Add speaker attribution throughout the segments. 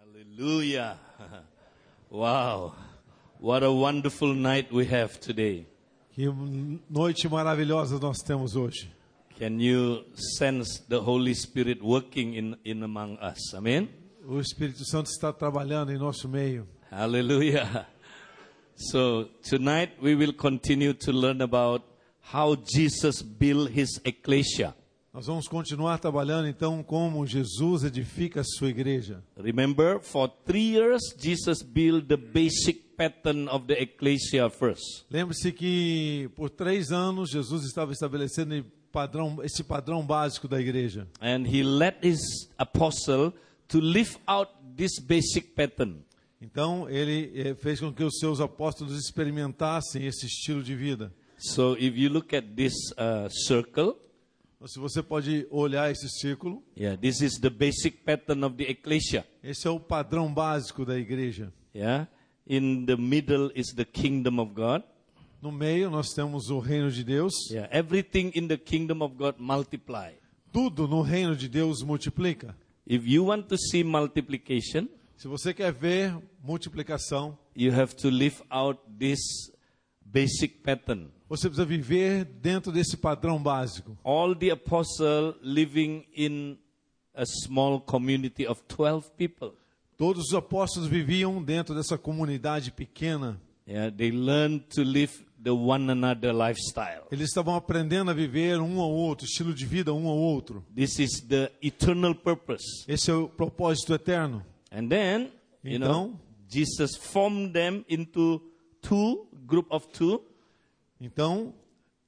Speaker 1: Hallelujah. Wow. What a wonderful night we have today.
Speaker 2: Que noite maravilhosa nós temos hoje.
Speaker 1: Can you sense the Holy Spirit working in, in among us? Amen.
Speaker 2: O Espírito Santo está trabalhando em nosso meio.
Speaker 1: Hallelujah. So tonight we will continue to learn about how Jesus built his ecclesia.
Speaker 2: Nós vamos continuar trabalhando então como Jesus edifica a sua igreja.
Speaker 1: Remember, for three years, Jesus built the basic pattern of the ecclesia first.
Speaker 2: Lembre-se que por três anos Jesus estava estabelecendo padrão- esse padrão básico da igreja.
Speaker 1: And he led his apostle to live out this basic pattern.
Speaker 2: Então ele eh, fez com que os seus apóstolos experimentassem esse estilo de vida.
Speaker 1: So if you look at this uh, circle,
Speaker 2: Então, Se você pode olhar esse círculo,
Speaker 1: yeah, this is the basic pattern of the ecclesia.
Speaker 2: esse é o padrão básico da igreja.
Speaker 1: Yeah. In the middle is the kingdom of God.
Speaker 2: No meio nós temos o reino de Deus.
Speaker 1: Yeah. Everything in the kingdom of God multiply.
Speaker 2: Tudo no reino de Deus multiplica.
Speaker 1: If you want to see multiplication,
Speaker 2: Se você quer ver multiplicação,
Speaker 1: you have to live out this basic pattern.
Speaker 2: você precisa viver dentro desse padrão básico.
Speaker 1: All the apostles living in a small community of 12 people.
Speaker 2: Todos os apóstolos viviam dentro dessa comunidade pequena.
Speaker 1: Yeah, they learned to live the one another lifestyle.
Speaker 2: Eles estavam aprendendo a viver um ao outro, estilo de vida um ao outro.
Speaker 1: This is the eternal purpose.
Speaker 2: Esse é o propósito eterno.
Speaker 1: And then, you know, Jesus formed them into two group of two,
Speaker 2: Então,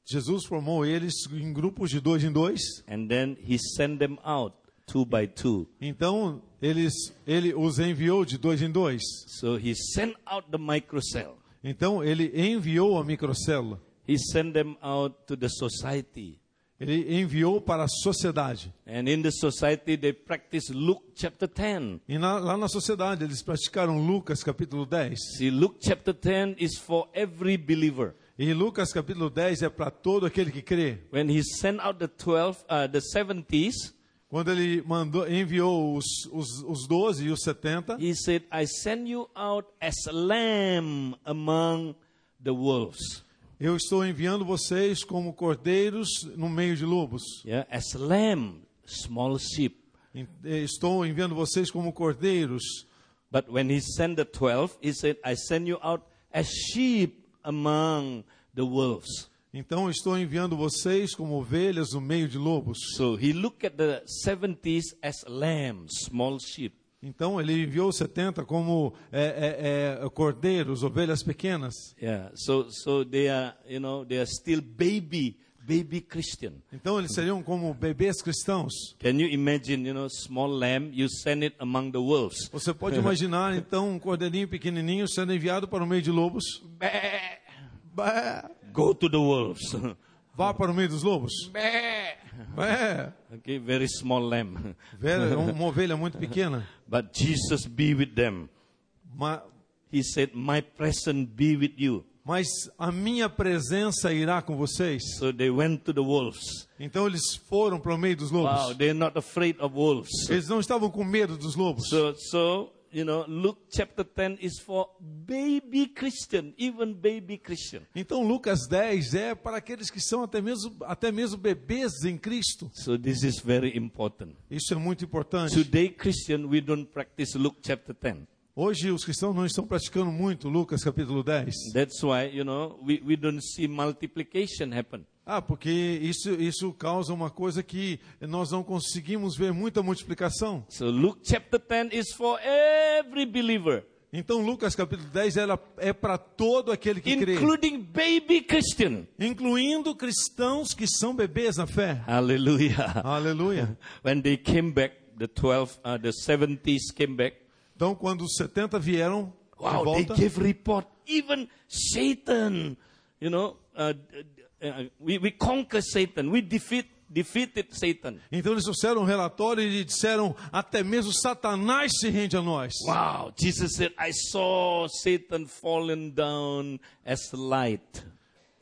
Speaker 2: Jesus formou eles em grupos de dois em dois.
Speaker 1: and then he sent them out two by two.
Speaker 2: Então, eles, ele os enviou de dois em dois.
Speaker 1: So he sent out the microcell.
Speaker 2: Então, ele enviou a microcélula.
Speaker 1: He sent them out to the society.
Speaker 2: Ele enviou para a sociedade.
Speaker 1: And in the society, they practice Luke chapter 10.
Speaker 2: E na, lá na sociedade, eles praticaram Lucas capítulo 10.
Speaker 1: See, Luke chapter 10 is for every believer.
Speaker 2: E Lucas capítulo 10 é para todo aquele que crê.
Speaker 1: When he sent out the 12, uh, the 70s,
Speaker 2: Quando ele mandou, enviou os, os, os 12 e os 70,
Speaker 1: he said, I send you out as a lamb among the wolves.
Speaker 2: eu estou enviando vocês como cordeiros no meio de lobos.
Speaker 1: Yeah, as a lamb, small sheep.
Speaker 2: Em- eh, Estou enviando vocês como cordeiros.
Speaker 1: But when he sent the 12, he said, I send you out as sheep among the wolves.
Speaker 2: Então estou enviando vocês como ovelhas no meio de lobos.
Speaker 1: So he looked at the 70s as a lamb, small sheep.
Speaker 2: Então ele enviou os 70 como eh, eh, eh, cordeiros, ovelhas pequenas.
Speaker 1: Yeah, so so they are you know they are still baby baby Christian.
Speaker 2: Então eles seriam como bebês cristãos.
Speaker 1: Can you imagine you know small lamb you send it among the wolves?
Speaker 2: Você pode imaginar então um cordeirinho pequenininho sendo enviado para o meio de lobos.
Speaker 1: Bah!
Speaker 2: Bé,
Speaker 1: Go to the wolves.
Speaker 2: Vá para o meio dos lobos.
Speaker 1: Bah!
Speaker 2: É,
Speaker 1: okay, very small lamb.
Speaker 2: velho, é uma ovelha muito pequena.
Speaker 1: But Jesus be with them.
Speaker 2: Ma-
Speaker 1: He said, "My presence be with you."
Speaker 2: Mas a minha presença irá com vocês.
Speaker 1: So they went to the wolves.
Speaker 2: Então eles foram para o meio dos
Speaker 1: Wow,
Speaker 2: lobos.
Speaker 1: they're not afraid of wolves.
Speaker 2: Eles não estavam com medo dos lobos.
Speaker 1: So so you know Luke chapter 10 is for baby Christian, even baby Christian.
Speaker 2: Então Lucas 10 é para aqueles que são até mesmo, até mesmo bebês em Cristo.
Speaker 1: So this is very important.
Speaker 2: Isso é muito importante.
Speaker 1: Today, Christian, we don't practice Luke chapter 10.
Speaker 2: Hoje os cristãos não estão praticando muito Lucas capítulo 10.
Speaker 1: That's why, you know, we, we don't see multiplication happen.
Speaker 2: Ah, porque isso, isso causa uma coisa que nós não conseguimos ver muita multiplicação.
Speaker 1: So Luke chapter 10 is for every believer,
Speaker 2: Então, Lucas capítulo 10 ela é para todo aquele que crê,
Speaker 1: including baby Christian.
Speaker 2: incluindo cristãos que são bebês na fé.
Speaker 1: Hallelujah.
Speaker 2: Aleluia.
Speaker 1: When they came back, the 12, uh, the 70s came back.
Speaker 2: Então, quando os 70 vieram de
Speaker 1: Wow, they
Speaker 2: volta,
Speaker 1: gave report. Even Satan, you know, uh, uh, uh, we, we conquer Satan. We defeat defeated Satan.
Speaker 2: então eles trouxeram um relatório e disseram: até mesmo Satanás se rende a nós.
Speaker 1: Wow, Jesus said, I saw Satan fallen down as light.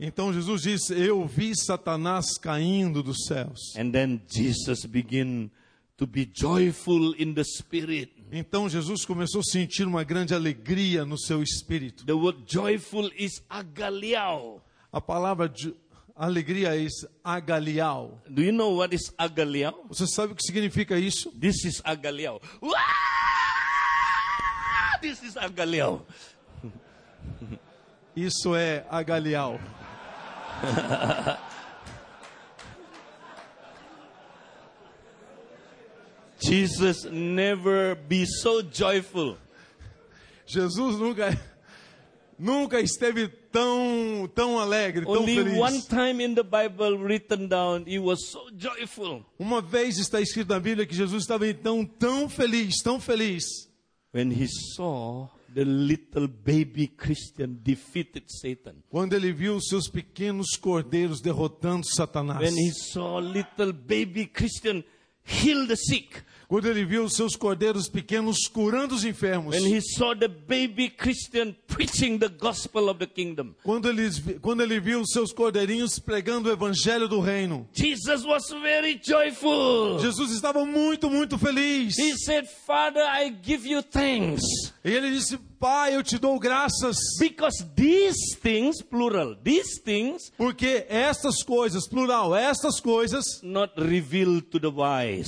Speaker 2: Então, Jesus disse: Eu vi Satanás caindo dos céus.
Speaker 1: And then Jesus began to be joyful in the spirit.
Speaker 2: Então Jesus começou a sentir uma grande alegria no seu espírito.
Speaker 1: The word joyful is agaliao.
Speaker 2: A palavra de alegria é isso, agalial.
Speaker 1: Do you know what is agaliao?
Speaker 2: Você sabe o que significa isso?
Speaker 1: This is agaliao. Wah! This is agaliao.
Speaker 2: Isso é agalial.
Speaker 1: Jesus never be so joyful.
Speaker 2: Jesus nunca nunca esteve tão tão alegre, tão
Speaker 1: Only
Speaker 2: feliz.
Speaker 1: one time in the Bible written down, he was so joyful
Speaker 2: Uma vez está escrito na Bíblia que Jesus estava então tão feliz, tão feliz,
Speaker 1: when he saw the little baby Christian defeated Satan.
Speaker 2: quando ele viu os seus pequenos cordeiros derrotando Satanás.
Speaker 1: When he saw little baby Christian heal the sick.
Speaker 2: Quando ele viu os seus cordeiros pequenos curando os enfermos.
Speaker 1: When he saw the baby Christian preaching the gospel of the kingdom.
Speaker 2: Quando ele, quando ele viu os seus cordeirinhos pregando o evangelho do reino.
Speaker 1: Jesus was very joyful.
Speaker 2: Jesus estava muito, muito feliz.
Speaker 1: He
Speaker 2: E
Speaker 1: said, Father, I give you thanks.
Speaker 2: ele disse: Pai, eu te dou graças.
Speaker 1: Because these things, plural, these things
Speaker 2: Porque estas coisas, plural, estas coisas
Speaker 1: not revealed to the wise,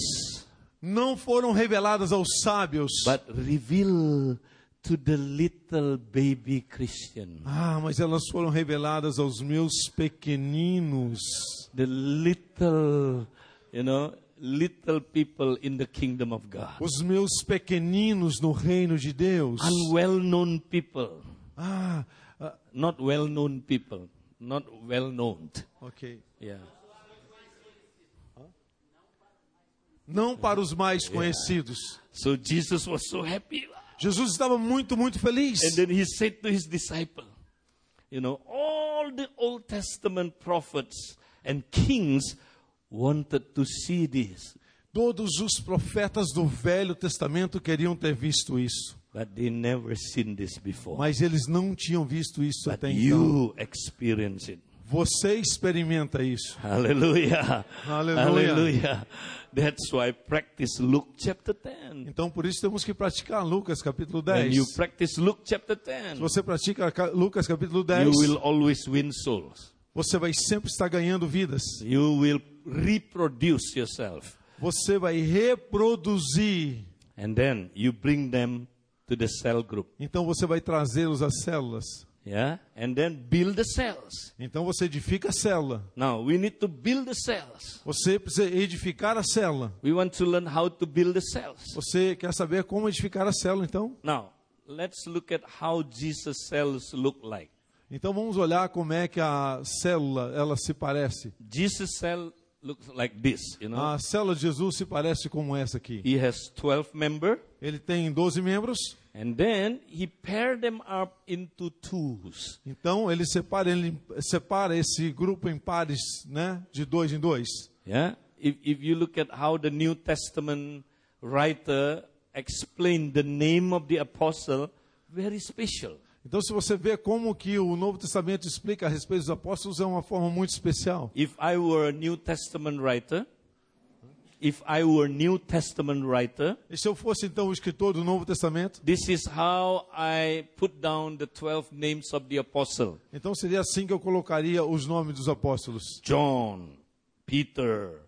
Speaker 2: não foram reveladas aos sábios.
Speaker 1: but revealed to the little baby Christian.
Speaker 2: Ah, mas elas foram reveladas aos meus pequeninos.
Speaker 1: The little, you know, little people in the kingdom of God.
Speaker 2: Os meus pequeninos no reino de Deus.
Speaker 1: Unwell known people.
Speaker 2: Ah, ah,
Speaker 1: Not well known people. Not well known.
Speaker 2: ok.
Speaker 1: Yeah.
Speaker 2: Não para os mais conhecidos.
Speaker 1: So Jesus was so happy.
Speaker 2: Jesus estava muito, muito feliz.
Speaker 1: And then he said to his disciple, you know, all the Old Testament prophets and kings wanted to see this,
Speaker 2: Todos os profetas do Velho Testamento queriam ter visto isso,
Speaker 1: but they never seen this before.
Speaker 2: mas eles não tinham visto isso
Speaker 1: but
Speaker 2: até então.
Speaker 1: you experience it.
Speaker 2: Você experimenta isso.
Speaker 1: Hallelujah.
Speaker 2: Hallelujah.
Speaker 1: Hallelujah. That's why practice Luke chapter 10.
Speaker 2: Então, por isso temos que praticar Lucas capítulo
Speaker 1: When you
Speaker 2: 10. Se
Speaker 1: practice Luke chapter 10,
Speaker 2: você pratica ca- Lucas capítulo
Speaker 1: you
Speaker 2: 10,
Speaker 1: will always win souls.
Speaker 2: você vai sempre estar ganhando vidas.
Speaker 1: You will reproduce yourself.
Speaker 2: Você vai reproduzir.
Speaker 1: And then you bring them to the cell group.
Speaker 2: Então, você vai trazê-los às células.
Speaker 1: Yeah? And then build the cells.
Speaker 2: Então, você edifica a célula.
Speaker 1: Now, we need to build the cells.
Speaker 2: Você precisa edificar a célula.
Speaker 1: We want to learn how to build the cells.
Speaker 2: Você quer saber como edificar a célula, então?
Speaker 1: Now, let's look at how Jesus' cells look like.
Speaker 2: Então vamos olhar como é que a célula ela se parece.
Speaker 1: Jesus' cell looks like this, you know.
Speaker 2: A célula de Jesus se parece como essa aqui.
Speaker 1: he has 12 member
Speaker 2: Ele tem 12 membros,
Speaker 1: and then he paired them up into twos.
Speaker 2: então ele separa, ele separa esse grupo em pares, né, de dois em dois.
Speaker 1: Yeah? If, if you look at how the New Testament writer explained the name of the apostle, very special.
Speaker 2: Então se você vê como que o Novo Testamento explica a respeito dos apóstolos é uma forma muito especial.
Speaker 1: If I were a New Testament writer, if I were a New Testament writer,
Speaker 2: E se eu fosse então o escritor do Novo Testamento,
Speaker 1: this is how I put down the 12 names of the apostle.
Speaker 2: então seria assim que eu colocaria os nomes dos apóstolos.
Speaker 1: John, Peter,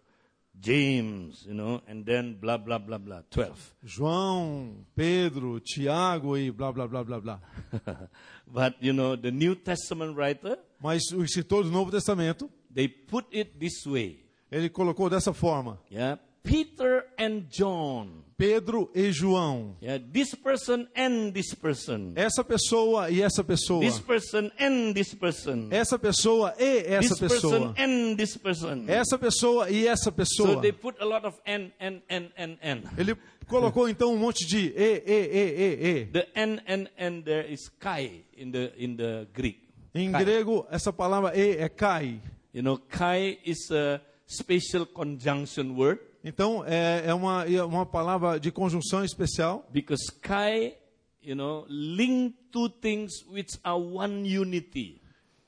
Speaker 1: James, you know, and then blah blah blah blah 12.
Speaker 2: João, Pedro, Tiago e blá blá blá blá blá.
Speaker 1: but you know, the New Testament writer,
Speaker 2: Mas o escritor do Novo Testamento
Speaker 1: they put it this way.
Speaker 2: Ele colocou dessa forma:
Speaker 1: Yeah. Peter and John.
Speaker 2: Pedro e João.
Speaker 1: Yeah, this person and this person.
Speaker 2: Essa pessoa e essa pessoa.
Speaker 1: This person and this person.
Speaker 2: Essa pessoa e essa
Speaker 1: this person
Speaker 2: pessoa.
Speaker 1: and this person.
Speaker 2: Essa pessoa e essa
Speaker 1: So
Speaker 2: pessoa.
Speaker 1: they put a lot of N, N, N, N, N.
Speaker 2: Ele colocou então um monte de e, e, e, e, e.
Speaker 1: The N, N, N there is Kai in the, in the Greek.
Speaker 2: Em
Speaker 1: Kai.
Speaker 2: grego, essa palavra e é kai.
Speaker 1: You know, Kai is a special conjunction word
Speaker 2: Então, é, é, uma, é uma palavra de conjunção especial,
Speaker 1: because Kai, you know, link two things which are one unity.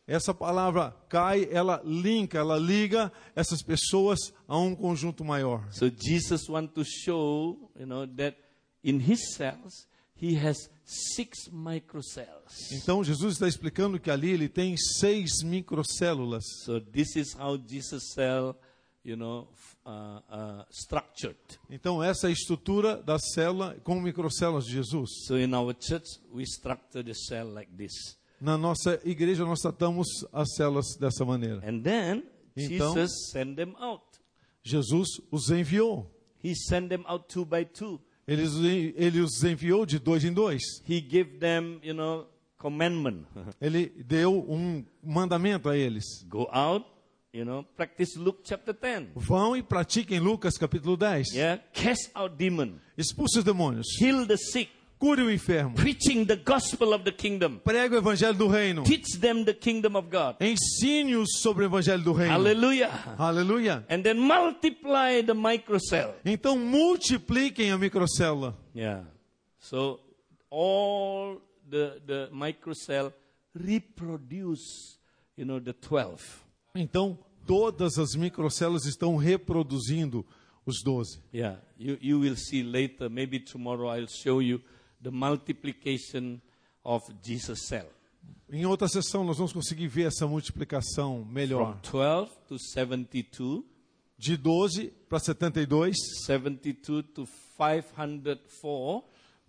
Speaker 2: essa palavra kai, ela linka, ela liga essas pessoas a um conjunto maior.
Speaker 1: So Jesus want to show, you know, that In his cells, he has six microcells.
Speaker 2: Então Jesus está explicando que ali ele tem seis microcélulas.
Speaker 1: So this is how Jesus cell, you know, f- uh, uh, structured.
Speaker 2: Então essa é a estrutura da célula com microcélulas de Jesus.
Speaker 1: So in our church, we structure the cell like this.
Speaker 2: Na nossa igreja nós tratamos as células dessa maneira.
Speaker 1: And then
Speaker 2: Então-
Speaker 1: Jesus sent them out.
Speaker 2: Jesus os enviou.
Speaker 1: He sent them out two by two.
Speaker 2: Ele os, en- ele os enviou de dois em dois.
Speaker 1: He gave them, you know, commandment.
Speaker 2: Ele deu um mandamento a eles.
Speaker 1: Go out, you know, practice Luke chapter 10.
Speaker 2: Vão e pratiquem Lucas capítulo 10.
Speaker 1: Yeah, cast out demon,
Speaker 2: Expulse os demônios.
Speaker 1: heal the sick,
Speaker 2: Cure o enfermo.
Speaker 1: preaching the gospel of the kingdom.
Speaker 2: Pregue o evangelho do reino.
Speaker 1: Teach them the kingdom of God.
Speaker 2: Ensine-os sobre o evangelho do reino.
Speaker 1: Hallelujah.
Speaker 2: Aleluia.
Speaker 1: And then multiply the microcell.
Speaker 2: Então multipliquem a microcélula.
Speaker 1: Yeah. So all the the microcell reproduce, you know, the 12.
Speaker 2: Então todas as microcélulas estão reproduzindo os 12.
Speaker 1: Yeah, you, you will see later. Maybe tomorrow I'll show you the multiplication of Jesus cell
Speaker 2: Em outra sessão nós vamos conseguir ver essa multiplicação
Speaker 1: from
Speaker 2: melhor.
Speaker 1: 12 to 72,
Speaker 2: De 12 para 72,
Speaker 1: 72 to 504,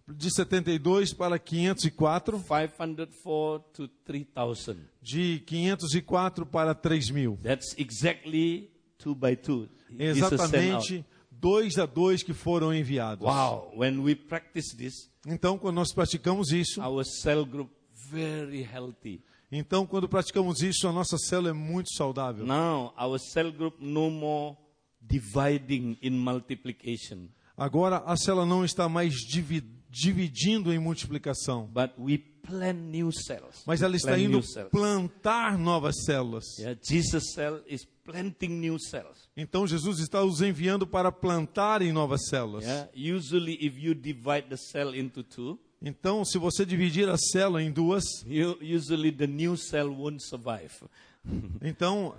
Speaker 2: de 72 para 504,
Speaker 1: 504 to 3000.
Speaker 2: de 504 para 3000.
Speaker 1: That's exactly two by two. Jesus sent out.
Speaker 2: Exatamente dois a dois que foram enviados.
Speaker 1: Wow, when we practice this,
Speaker 2: Então quando nós praticamos isso,
Speaker 1: our cell group very healthy.
Speaker 2: então quando praticamos isso, a nossa célula é muito saudável.
Speaker 1: Now our cell group no more dividing in multiplication.
Speaker 2: Agora a célula não está mais divi- dividindo em multiplicação,
Speaker 1: But we plant new cells.
Speaker 2: mas ela está
Speaker 1: Plant
Speaker 2: indo
Speaker 1: new cells.
Speaker 2: plantar novas células.
Speaker 1: Yeah, Jesus cell is planting new cells.
Speaker 2: Então Jesus está os enviando para plantarem novas células.
Speaker 1: Yeah, usually if you divide the cell into two,
Speaker 2: Então, se você dividir a célula em duas,
Speaker 1: you, usually the new cell won't survive. Uhum.
Speaker 2: então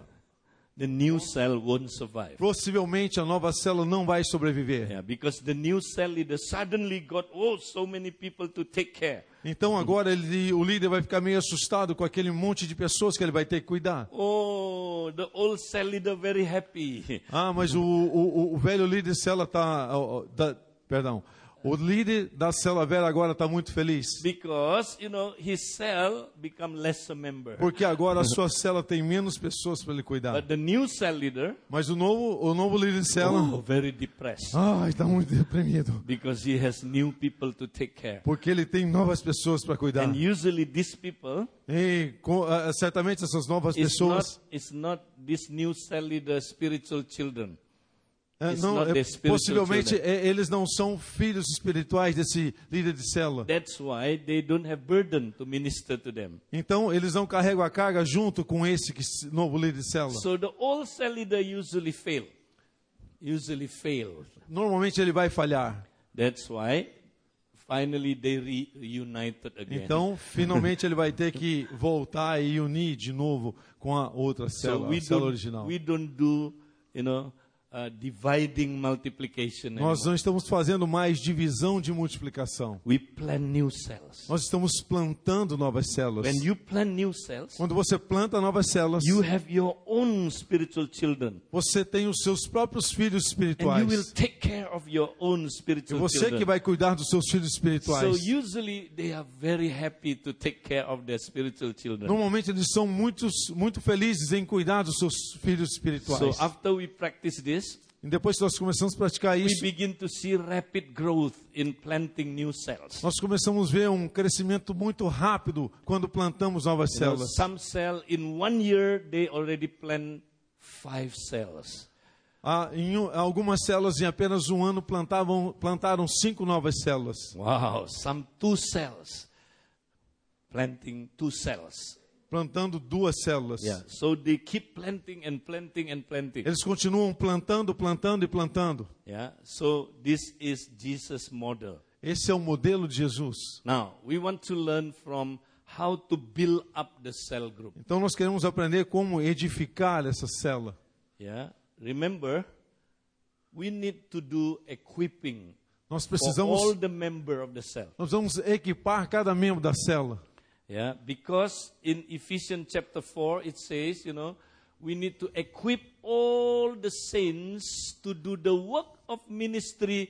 Speaker 1: The new cell won't survive.
Speaker 2: possivelmente a nova célula não vai sobreviver.
Speaker 1: Yeah, because the new cell leader suddenly got oh so many people to take care.
Speaker 2: Então agora ele, o líder vai ficar meio assustado com aquele monte de pessoas que ele vai ter que cuidar.
Speaker 1: Oh, the old cell leader very happy.
Speaker 2: Ah, mas o, o, o- o velho líder de célula tá, está. perdão. O líder da célula velha agora está muito feliz.
Speaker 1: Because, you know, his cell become lesser member.
Speaker 2: Porque agora a sua célula tem menos pessoas para ele cuidar.
Speaker 1: But the new cell leader,
Speaker 2: Mas o novo, o novo líder de
Speaker 1: oh,
Speaker 2: célula.
Speaker 1: very depressed.
Speaker 2: Ai, está muito deprimido.
Speaker 1: Because he has new people to take care.
Speaker 2: Porque ele tem novas pessoas para cuidar.
Speaker 1: And usually these people,
Speaker 2: E co- ah, ah, certamente essas novas
Speaker 1: it's not,
Speaker 2: pessoas.
Speaker 1: it's not this new cell leader spiritual children.
Speaker 2: ah,
Speaker 1: it's
Speaker 2: não,
Speaker 1: not
Speaker 2: é,
Speaker 1: their spiritual
Speaker 2: possivelmente é, eles não são filhos espirituais desse líder de célula.
Speaker 1: That's why they don't have burden to minister to them.
Speaker 2: Então eles não carregam a carga junto com esse que se- novo líder de célula.
Speaker 1: So the old cell leader usually fail. Usually fail.
Speaker 2: Normalmente ele vai falhar.
Speaker 1: That's why finally they reunited again.
Speaker 2: Então, finalmente ele vai ter que voltar e unir de novo com a outra
Speaker 1: so
Speaker 2: célula,
Speaker 1: we
Speaker 2: a célula
Speaker 1: don't,
Speaker 2: original.
Speaker 1: we don't do, you know, uh, dividing multiplication.
Speaker 2: Nós
Speaker 1: anymore.
Speaker 2: não estamos fazendo mais divisão de multiplicação.
Speaker 1: We plant new cells.
Speaker 2: Nós estamos plantando novas células.
Speaker 1: When you plant new cells,
Speaker 2: Quando você planta novas células,
Speaker 1: you have your own spiritual children.
Speaker 2: você tem os seus próprios filhos
Speaker 1: And you will
Speaker 2: espirituais.
Speaker 1: take care of your own
Speaker 2: É
Speaker 1: spiritual
Speaker 2: você que
Speaker 1: children.
Speaker 2: vai cuidar dos seus filhos
Speaker 1: So
Speaker 2: espirituais.
Speaker 1: usually they are very happy to take care of their spiritual children.
Speaker 2: Normalmente eles são muitos, muito felizes em cuidar dos seus filhos
Speaker 1: So
Speaker 2: espirituais.
Speaker 1: after we practice this,
Speaker 2: E depois que nós começamos a praticar
Speaker 1: we
Speaker 2: isso,
Speaker 1: begin to see rapid growth in planting new cells.
Speaker 2: nós começamos a ver um crescimento muito rápido quando plantamos novas
Speaker 1: You know,
Speaker 2: células.
Speaker 1: some cell in one year they already plant five cells.
Speaker 2: Ah, em um- algumas células em apenas um ano plantavam, plantaram cinco novas células.
Speaker 1: Wow, some two cells planting two cells.
Speaker 2: Plantando duas células.
Speaker 1: Yeah. So they keep planting and planting and planting.
Speaker 2: Eles continuam plantando, plantando e plantando.
Speaker 1: Yeah. So this is Jesus' model.
Speaker 2: Esse é o modelo de Jesus.
Speaker 1: Now we want to learn from how to build up the cell group.
Speaker 2: Então nós queremos aprender como edificar essa célula.
Speaker 1: Yeah. Remember, we need to do equipping
Speaker 2: Nós
Speaker 1: for all
Speaker 2: precisamos,
Speaker 1: the member of the cell.
Speaker 2: nós vamos equipar cada membro da célula.
Speaker 1: Yeah, because in Ephesians chapter 4 it says, you know, we need to equip all the saints to do the work of ministry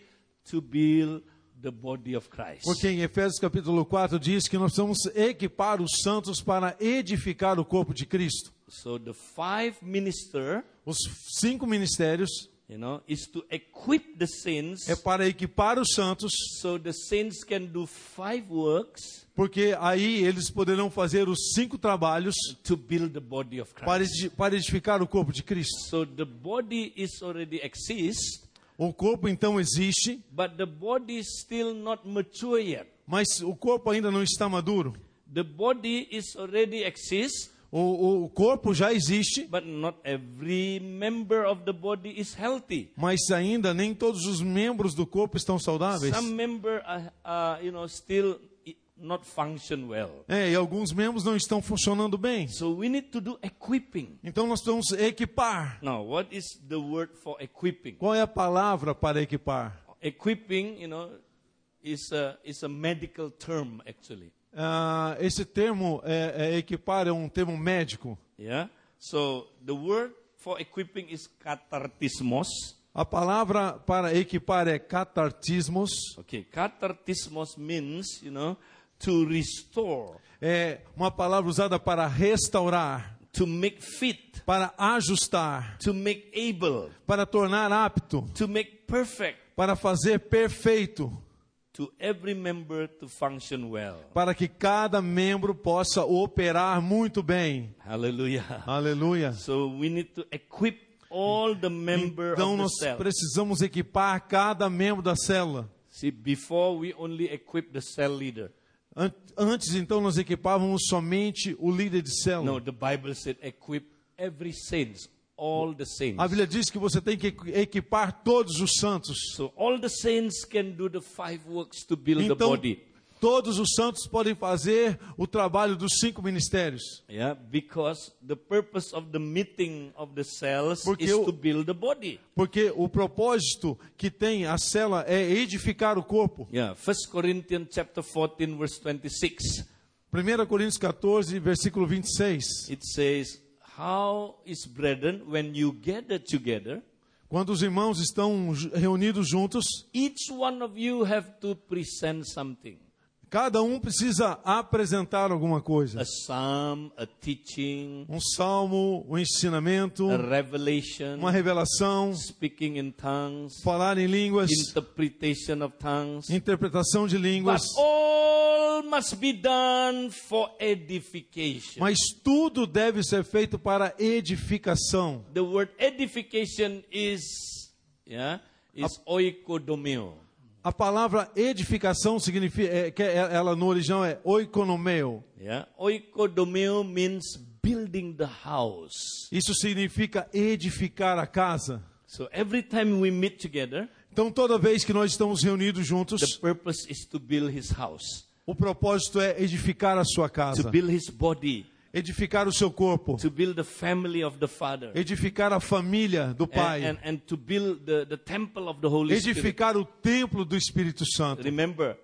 Speaker 1: to build the body of Christ.
Speaker 2: Porque em Efésios capítulo 4 diz que nós precisamos equipar os santos para edificar o corpo de Cristo.
Speaker 1: So the five minister,
Speaker 2: Os cinco ministérios
Speaker 1: you know, is to equip the saints
Speaker 2: é para equipar os santos,
Speaker 1: so the saints can do five works
Speaker 2: porque aí eles poderão fazer os cinco trabalhos
Speaker 1: to build the body of
Speaker 2: para
Speaker 1: Christ.
Speaker 2: edi- para edificar o corpo de Cristo.
Speaker 1: So the body is already exists,
Speaker 2: O corpo então existe,
Speaker 1: but the body is still not mature yet.
Speaker 2: mas o corpo ainda não está maduro.
Speaker 1: The body is already exists,
Speaker 2: O- O, o corpo já existe,
Speaker 1: but not every member of the body is healthy.
Speaker 2: mas ainda nem todos os membros do corpo estão saudáveis.
Speaker 1: Some member are, are, you know, still i- not function well.
Speaker 2: É, e alguns membros não estão funcionando bem.
Speaker 1: So we need to do equipping.
Speaker 2: Então nós vamos equipar.
Speaker 1: Now, what is the word for equipping?
Speaker 2: Qual é a palavra para equipar?
Speaker 1: Equipping, you know, is a, is a medical term actually.
Speaker 2: Ah, esse termo é, é, equipar é um termo médico.
Speaker 1: Yeah. So the word for equipping is katartismos.
Speaker 2: A palavra para equipar é catartismos.
Speaker 1: Okay, katartismos means, you know, to restore,
Speaker 2: É uma palavra usada para restaurar,
Speaker 1: to make fit,
Speaker 2: para ajustar,
Speaker 1: to make able,
Speaker 2: para tornar apto,
Speaker 1: to make perfect
Speaker 2: para fazer perfeito,
Speaker 1: to every member to function well.
Speaker 2: para que cada membro possa operar muito bem.
Speaker 1: Hallelujah.
Speaker 2: Aleluia.
Speaker 1: So we need to equip all the member
Speaker 2: Então
Speaker 1: of the
Speaker 2: nós
Speaker 1: cell.
Speaker 2: precisamos equipar cada membro da célula.
Speaker 1: See, before we only equip the cell leader.
Speaker 2: An- Antes então nós equipávamos somente o líder de célula.
Speaker 1: No, the Bible said equip every saints, all the saints.
Speaker 2: A Bíblia diz que você tem que equi- equipar todos os santos.
Speaker 1: So all the saints can do the five works to build the
Speaker 2: Então,
Speaker 1: body.
Speaker 2: todos os santos podem fazer o trabalho dos cinco ministérios.
Speaker 1: Yeah, because the purpose of the meeting of the cells
Speaker 2: Porque
Speaker 1: is
Speaker 2: o-
Speaker 1: to build the body.
Speaker 2: Porque o propósito que tem a cela é edificar o corpo.
Speaker 1: Yeah, First Corinthians chapter 14 verse 26.
Speaker 2: 1 Coríntios 14, versículo 26.
Speaker 1: It says, How is brethren, when you gather together,
Speaker 2: Quando os irmãos estão ju- reunidos juntos,
Speaker 1: each one of you have to present something
Speaker 2: cada um precisa apresentar alguma coisa.
Speaker 1: a psalm, a teaching,
Speaker 2: Um salmo, um ensinamento,
Speaker 1: a revelation,
Speaker 2: uma revelação,
Speaker 1: speaking in tongues,
Speaker 2: falar em línguas,
Speaker 1: interpretation of tongues.
Speaker 2: interpretação de
Speaker 1: But
Speaker 2: línguas.
Speaker 1: all must be done for edification.
Speaker 2: Mas tudo deve ser feito para edificação.
Speaker 1: The word edification is, yeah, is oikodomeo.
Speaker 2: A palavra edificação significa, é, que é- ela no original é oikonomeo.
Speaker 1: Yeah, oikodomeo means building the house.
Speaker 2: Isso significa edificar a casa.
Speaker 1: So every time we meet together,
Speaker 2: Então toda vez que nós estamos reunidos
Speaker 1: the
Speaker 2: juntos,
Speaker 1: purpose is to build his house,
Speaker 2: o propósito é edificar a sua
Speaker 1: to
Speaker 2: casa,
Speaker 1: build his body,
Speaker 2: edificar o seu corpo,
Speaker 1: to build the family of the Father,
Speaker 2: edificar a família
Speaker 1: and,
Speaker 2: do
Speaker 1: and,
Speaker 2: Pai,
Speaker 1: and to build the, the temple of the Holy Spirit.
Speaker 2: edificar o templo do Espírito Santo.
Speaker 1: Remember,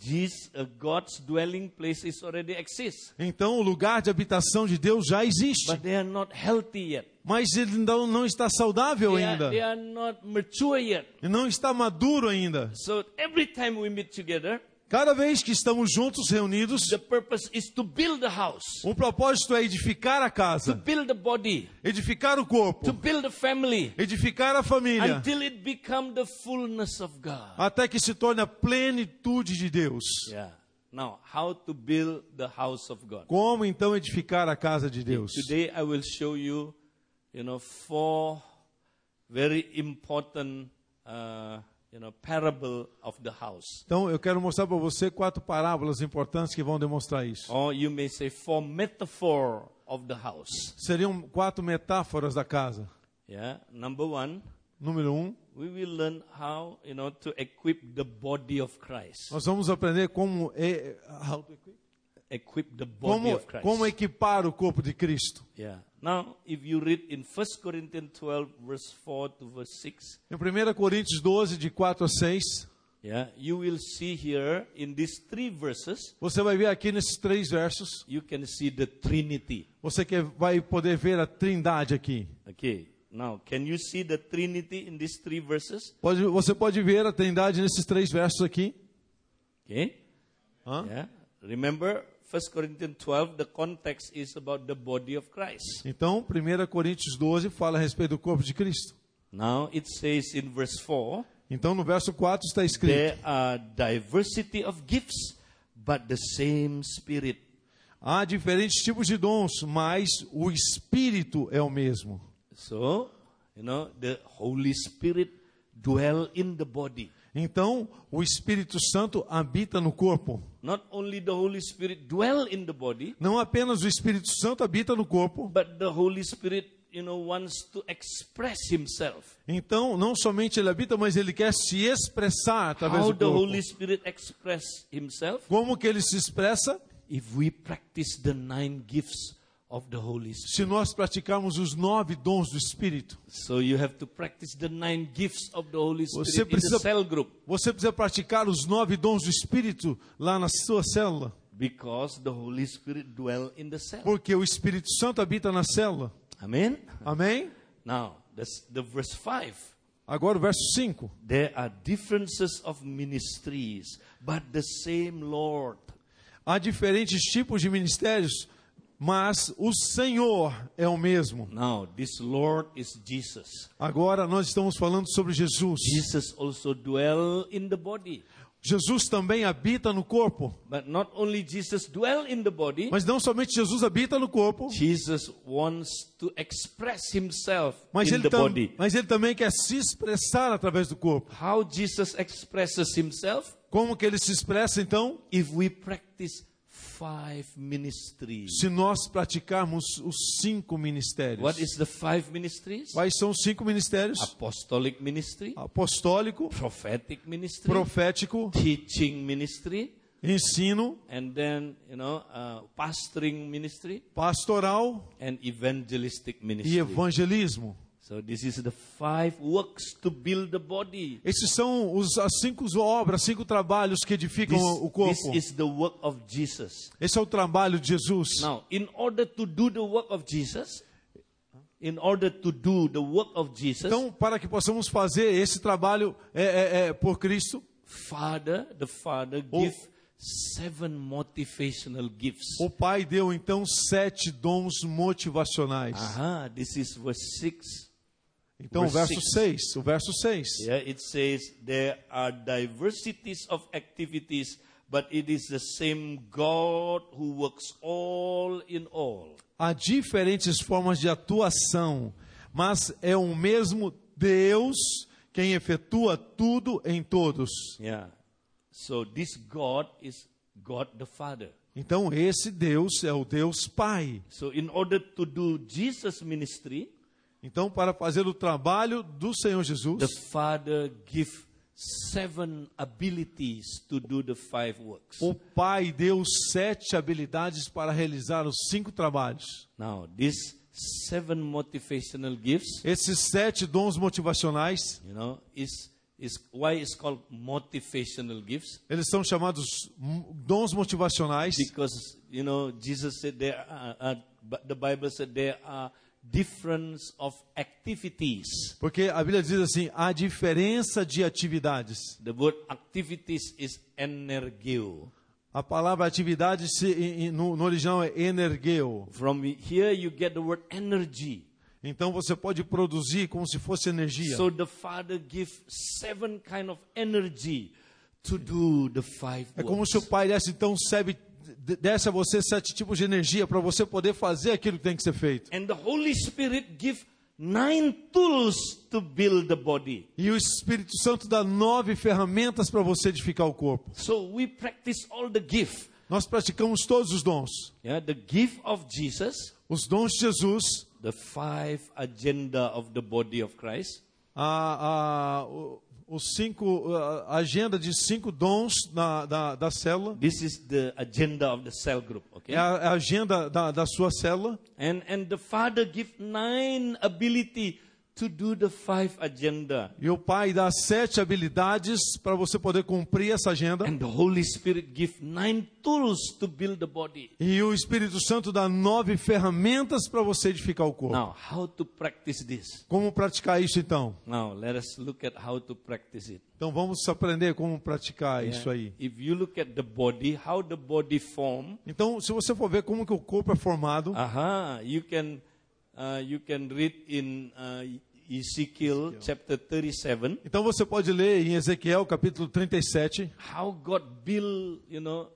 Speaker 1: Jesus, uh, God's dwelling place is already exists,
Speaker 2: Então o lugar de habitação de Deus já existe,
Speaker 1: but they are not healthy yet.
Speaker 2: mas ele ainda não está saudável
Speaker 1: They are,
Speaker 2: ainda.
Speaker 1: they are not mature yet.
Speaker 2: e não está maduro ainda.
Speaker 1: So every time we meet together,
Speaker 2: Cada vez que estamos juntos, reunidos,
Speaker 1: the purpose is to build the house,
Speaker 2: o propósito é edificar a
Speaker 1: to
Speaker 2: casa,
Speaker 1: build the body,
Speaker 2: edificar o
Speaker 1: to
Speaker 2: corpo,
Speaker 1: build the family,
Speaker 2: edificar a família,
Speaker 1: until it become the fullness of God.
Speaker 2: até que se torne a plenitude de Deus.
Speaker 1: Yeah. Now, how to build the house of God.
Speaker 2: Como então edificar a casa de Deus?
Speaker 1: Today I will show you, you know, four very important, uh, you know, parable of the house.
Speaker 2: Então eu quero mostrar para você quatro parábolas importantes que vão demonstrar isso.
Speaker 1: Or you may say four metaphor of the house.
Speaker 2: Seriam quatro metáforas da casa.
Speaker 1: Yeah. Number one,
Speaker 2: Número um,
Speaker 1: we will learn how, you know, to equip the body of Christ.
Speaker 2: nós vamos aprender como, e-
Speaker 1: Equip the body
Speaker 2: como,
Speaker 1: of Christ.
Speaker 2: como equipar o corpo de Cristo.
Speaker 1: yeah. Now, if you read in 1 Corinthians 12, verse 4 to verse 6,
Speaker 2: Em 1 Coríntios 12, de 4 a 6,
Speaker 1: Yeah, you will see here in these three verses,
Speaker 2: Você vai ver aqui nesses três versos,
Speaker 1: you can see the Trinity.
Speaker 2: você que vai poder ver a trindade aqui.
Speaker 1: Okay, now can you see the Trinity in these three verses?
Speaker 2: Pode- você pode ver a trindade nesses três versos aqui.
Speaker 1: Okay,
Speaker 2: Hã?
Speaker 1: yeah. Remember, 1 Corinthians 12, the context is about the body of Christ.
Speaker 2: Então, 1 Coríntios 12 fala a respeito do corpo de Cristo.
Speaker 1: Now it says in verse 4,
Speaker 2: Então, no verso 4 está escrito:
Speaker 1: there are diversity of gifts, but the same Spirit.
Speaker 2: há diferentes tipos de dons, mas o Espírito é o mesmo.
Speaker 1: So, you know, the Holy Spirit dwell in the body.
Speaker 2: Então, o Espírito Santo habita no corpo.
Speaker 1: Not only the Holy Spirit dwell in the body,
Speaker 2: Não apenas o Espírito Santo habita no corpo,
Speaker 1: but the Holy Spirit, you know, wants to express Himself.
Speaker 2: então não somente ele habita, mas ele quer se expressar através
Speaker 1: How
Speaker 2: do
Speaker 1: the
Speaker 2: corpo.
Speaker 1: Holy Spirit express Himself?
Speaker 2: Como que ele se expressa?
Speaker 1: If we practice the nine gifts of the Holy Spirit.
Speaker 2: Se nós praticarmos os nove dons do Espírito.
Speaker 1: So you have to practice the nine gifts of the Holy Spirit
Speaker 2: Você
Speaker 1: in the
Speaker 2: precisa-
Speaker 1: cell group
Speaker 2: Você precisa praticar os nove dons do Espírito lá na sua célula,
Speaker 1: because the Holy Spirit dwell in the cell.
Speaker 2: porque o Espírito Santo habita na célula.
Speaker 1: Amen.
Speaker 2: Amém?
Speaker 1: Now, that's the verse 5.
Speaker 2: Agora o verso 5.
Speaker 1: There are differences of ministries, but the same Lord.
Speaker 2: Há diferentes tipos de ministérios, mas o Senhor é o mesmo.
Speaker 1: Now, this Lord is Jesus.
Speaker 2: Agora nós estamos falando sobre Jesus.
Speaker 1: Jesus also dwell in the body.
Speaker 2: Jesus também habita no corpo,
Speaker 1: But not only Jesus dwell in the body,
Speaker 2: mas não somente Jesus habita no corpo,
Speaker 1: Jesus wants to express himself
Speaker 2: mas
Speaker 1: in
Speaker 2: ele,
Speaker 1: the
Speaker 2: tam-
Speaker 1: body.
Speaker 2: mas ele também quer se expressar através do corpo.
Speaker 1: How Jesus expresses himself?
Speaker 2: Como que ele se expressa então?
Speaker 1: If we practice five ministries.
Speaker 2: Se nós praticarmos os cinco ministérios.
Speaker 1: What is the five ministries?
Speaker 2: Quais são os cinco ministérios?
Speaker 1: Apostolic ministry,
Speaker 2: Apostólico,
Speaker 1: prophetic ministry,
Speaker 2: profético,
Speaker 1: teaching ministry,
Speaker 2: ensino,
Speaker 1: and then you know uh, pastoring ministry
Speaker 2: pastoral
Speaker 1: and evangelistic
Speaker 2: e
Speaker 1: ministry
Speaker 2: evangelismo.
Speaker 1: so this is the five works to build the body
Speaker 2: Esses são os, as cinco obras, cinco trabalhos que edificam
Speaker 1: this,
Speaker 2: o corpo.
Speaker 1: this is the work of jesus
Speaker 2: Esse é o trabalho de Jesus.
Speaker 1: now in order to do the work of jesus in order to do the work of jesus
Speaker 2: Então, para que possamos fazer esse trabalho é, é, é, por Cristo,
Speaker 1: father the father
Speaker 2: O-
Speaker 1: give seven motivational gifts
Speaker 2: o Pai deu então sete dons motivacionais.
Speaker 1: aha this is verse 6
Speaker 2: Então, o
Speaker 1: verse
Speaker 2: verso
Speaker 1: six.
Speaker 2: 6, o verso 6.
Speaker 1: Yeah, it says there are diversities of activities, but it is the same God who works all in all.
Speaker 2: Há diferentes formas de atuação, mas é o mesmo Deus quem efetua tudo em todos.
Speaker 1: Yeah. So this God is God the Father.
Speaker 2: Então, esse Deus é o Deus Pai.
Speaker 1: So in order to do Jesus ministry,
Speaker 2: Então, para fazer o trabalho do Senhor Jesus,
Speaker 1: the Father give seven abilities to do the five works.
Speaker 2: o Pai deu sete habilidades para realizar os cinco trabalhos.
Speaker 1: Now, these seven motivational gifts,
Speaker 2: Esses sete dons motivacionais,
Speaker 1: you know, is is why it's called motivational gifts.
Speaker 2: eles são chamados mo- dons motivacionais,
Speaker 1: because you know jesus said there are, uh, but the bible said there are difference of activities
Speaker 2: porque a Bíblia diz assim: há diferença de atividades.
Speaker 1: the word activities is energeo
Speaker 2: A palavra atividade se- em- em- no, no original é energeo.
Speaker 1: from here you get the word energy
Speaker 2: Então você pode produzir como se fosse energia.
Speaker 1: so the father gives seven kind of energy to do the five
Speaker 2: é como
Speaker 1: works.
Speaker 2: se o Pai desse, então, serve, d- desse a você sete tipos de energia para você poder fazer aquilo que tem que ser feito.
Speaker 1: and the holy spirit gives nine tools to build the body
Speaker 2: E o Espírito Santo dá nove ferramentas para você edificar o corpo.
Speaker 1: so we practice all the gift
Speaker 2: Nós praticamos todos os dons.
Speaker 1: yeah the gift of jesus
Speaker 2: Os dons de Jesus,
Speaker 1: the five agenda of the body of Christ,
Speaker 2: a, a- o- os cinco a a agenda de cinco dons na- da, da célula
Speaker 1: this is the agenda of the cell group, okay?
Speaker 2: é a, é a agenda da, da sua célula
Speaker 1: And and the Father give nine ability to do the five agenda.
Speaker 2: E o Pai dá sete habilidades para você poder cumprir essa agenda.
Speaker 1: And the Holy Spirit give nine tools to build the body.
Speaker 2: E o Espírito Santo dá nove ferramentas para você edificar o corpo.
Speaker 1: Now, how to practice this?
Speaker 2: Como praticar isso então?
Speaker 1: Now, let us look at how to practice it.
Speaker 2: Então vamos aprender como praticar
Speaker 1: É.
Speaker 2: isso aí.
Speaker 1: If you look at the body, how the body form,
Speaker 2: Então, se você for ver como que o corpo é formado,
Speaker 1: Ah. aha, you can uh, you can read in uh, Ezekiel chapter 37
Speaker 2: então você pode ler em Ezequiel capítulo 37
Speaker 1: how God built, you know,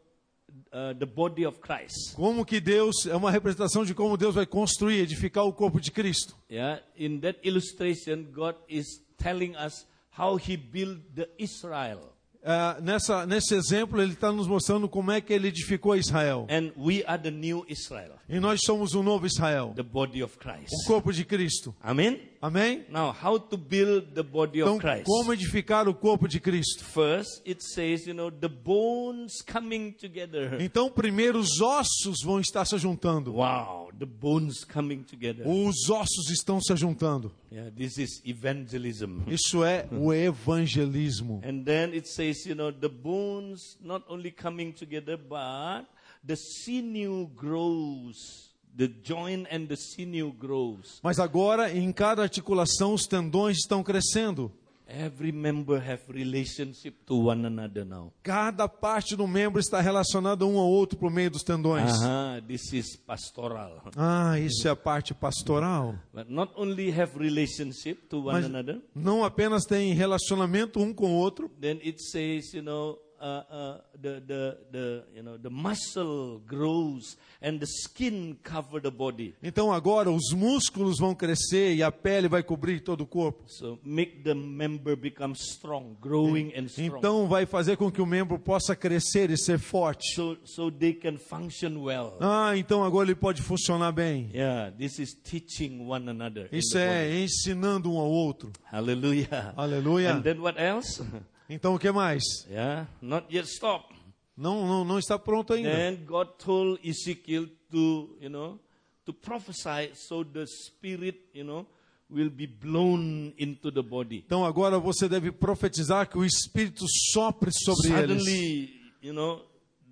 Speaker 1: uh, the body of Christ.
Speaker 2: como que Deus é uma representação de como Deus vai construir, edificar o corpo de Cristo.
Speaker 1: Yeah, in that illustration, God is telling us how He built the Israel,
Speaker 2: Ah, nessa, nesse exemplo, ele está nos mostrando como é que ele edificou Israel.
Speaker 1: and we are the new Israel,
Speaker 2: E nós somos o novo Israel,
Speaker 1: the body of
Speaker 2: o
Speaker 1: Christ.
Speaker 2: corpo de Cristo.
Speaker 1: Amen.
Speaker 2: Amém?
Speaker 1: Now, how to build the body
Speaker 2: Então,
Speaker 1: of Christ?
Speaker 2: como edificar o corpo de Cristo?
Speaker 1: First, it says, you know, the bones coming together.
Speaker 2: Então, primeiro os ossos vão estar se juntando.
Speaker 1: Wow, the bones coming together.
Speaker 2: Os ossos estão se juntando.
Speaker 1: Yeah, this is evangelism.
Speaker 2: Isso é o evangelismo.
Speaker 1: And then it says, you know, the bones not only coming together, but the sinew grows. The joint and the sinew grows.
Speaker 2: Mas agora, em cada articulação, os tendões estão crescendo.
Speaker 1: Every member have relationship to one another now.
Speaker 2: Cada parte do membro está relacionada um ao outro por meio dos tendões.
Speaker 1: uh This is pastoral.
Speaker 2: Ah, isso é a parte pastoral.
Speaker 1: But not only have relationship to one
Speaker 2: Mas
Speaker 1: another,
Speaker 2: não apenas tem relacionamento um com o outro,
Speaker 1: then it says, you know, uh, uh, the, the, the, you know, the muscle grows and the skin cover the body.
Speaker 2: então agora os músculos vão crescer e a pele vai cobrir todo o corpo.
Speaker 1: So make the member become strong, growing and strong.
Speaker 2: Então vai fazer com que o membro possa crescer e ser forte.
Speaker 1: so, so they can function well.
Speaker 2: Ah, então agora ele pode funcionar bem.
Speaker 1: Yeah, this is teaching one another. in
Speaker 2: Isso
Speaker 1: the body.
Speaker 2: é ensinando um ao outro.
Speaker 1: Hallelujah.
Speaker 2: Aleluia.
Speaker 1: And then what else?
Speaker 2: Então o que mais?
Speaker 1: yeah, not yet stop.
Speaker 2: Não, não, não está pronto ainda.
Speaker 1: Then God told Ezekiel to, you know, to prophesy so the spirit, you know, will be blown into the body.
Speaker 2: Então agora você deve profetizar que o Espírito sopre sobre eles.
Speaker 1: Suddenly, you know,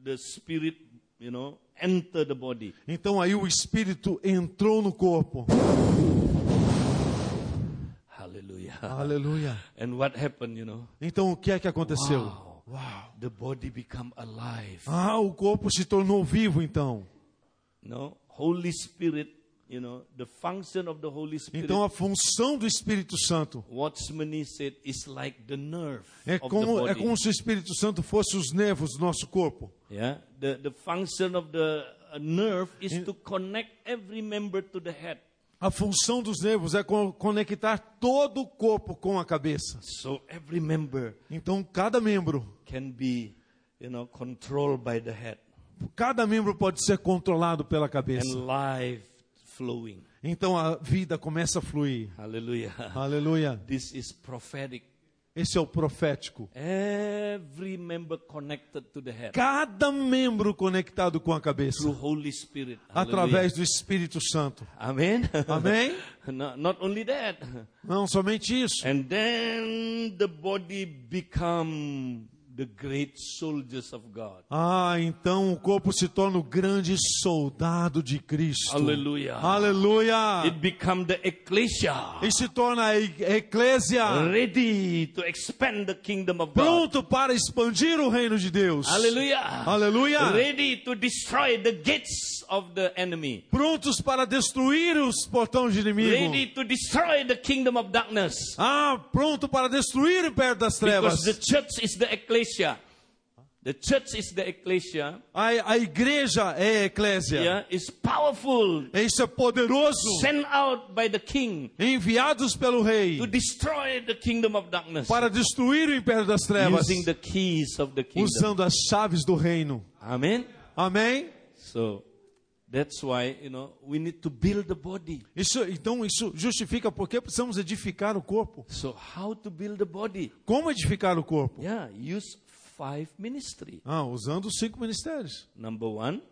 Speaker 1: the spirit, you know, enter the body.
Speaker 2: Então aí o Espírito entrou no corpo.
Speaker 1: Hallelujah.
Speaker 2: Ah. Aleluia.
Speaker 1: And what happened, you know?
Speaker 2: Então o que é que aconteceu?
Speaker 1: Wow. The body become alive.
Speaker 2: Ah, o corpo se tornou vivo então.
Speaker 1: No, Holy Spirit, you know, the function of the Holy Spirit.
Speaker 2: Então a função do Espírito Santo
Speaker 1: Watchman said is like the nerve
Speaker 2: é
Speaker 1: of the
Speaker 2: como,
Speaker 1: body.
Speaker 2: é como se o Espírito Santo fosse os nervos do nosso corpo.
Speaker 1: Yeah, the, the function of the uh, nerve is to connect every member to the head.
Speaker 2: A função dos nervos é co- conectar todo o corpo com a cabeça.
Speaker 1: So every member
Speaker 2: Então cada membro,
Speaker 1: can be, you know, controlled by the head
Speaker 2: cada membro pode ser controlado pela
Speaker 1: and
Speaker 2: cabeça.
Speaker 1: life flowing.
Speaker 2: Então a vida começa a fluir.
Speaker 1: Hallelujah.
Speaker 2: Aleluia.
Speaker 1: This is prophetic.
Speaker 2: Esse é o profético.
Speaker 1: Every member connected to the head
Speaker 2: Cada membro conectado com a
Speaker 1: through
Speaker 2: cabeça
Speaker 1: Holy Spirit. Hallelujah.
Speaker 2: através do Espírito Santo.
Speaker 1: Amen.
Speaker 2: Amen.
Speaker 1: no, not only that,
Speaker 2: Não somente isso.
Speaker 1: and then the body become the great soldiers of God.
Speaker 2: Ah, então o corpo se torna o grande soldado de Cristo.
Speaker 1: Hallelujah.
Speaker 2: Aleluia.
Speaker 1: It become the ecclesia,
Speaker 2: E se torna a ig- a eclésia
Speaker 1: ready to expand the kingdom of God.
Speaker 2: pronto para expandir o reino de Deus.
Speaker 1: Hallelujah.
Speaker 2: Aleluia.
Speaker 1: Ready to destroy the gates of the enemy.
Speaker 2: Prontos para destruir os portões de
Speaker 1: Ready
Speaker 2: inimigo.
Speaker 1: to destroy the kingdom of darkness.
Speaker 2: Ah, pronto para destruir o império das trevas.
Speaker 1: Because the church is the ecclesia. The church is the ecclesia.
Speaker 2: A, a igreja é a eclésia.
Speaker 1: Yeah, is powerful,
Speaker 2: Isso é poderoso.
Speaker 1: sent out by the king
Speaker 2: Enviados pelo
Speaker 1: to
Speaker 2: rei
Speaker 1: destroy the kingdom of darkness.
Speaker 2: para destruir o império das trevas.
Speaker 1: Using the keys of the kingdom.
Speaker 2: Usando as chaves do reino.
Speaker 1: Amen.
Speaker 2: Amém?
Speaker 1: So that's why you know we need to build the body.
Speaker 2: Isso, então isso justifica porque precisamos edificar o corpo.
Speaker 1: So how to build the body?
Speaker 2: Como edificar o corpo?
Speaker 1: Yeah, use five ministry.
Speaker 2: Ah, usando os cinco ministérios.
Speaker 1: Number one,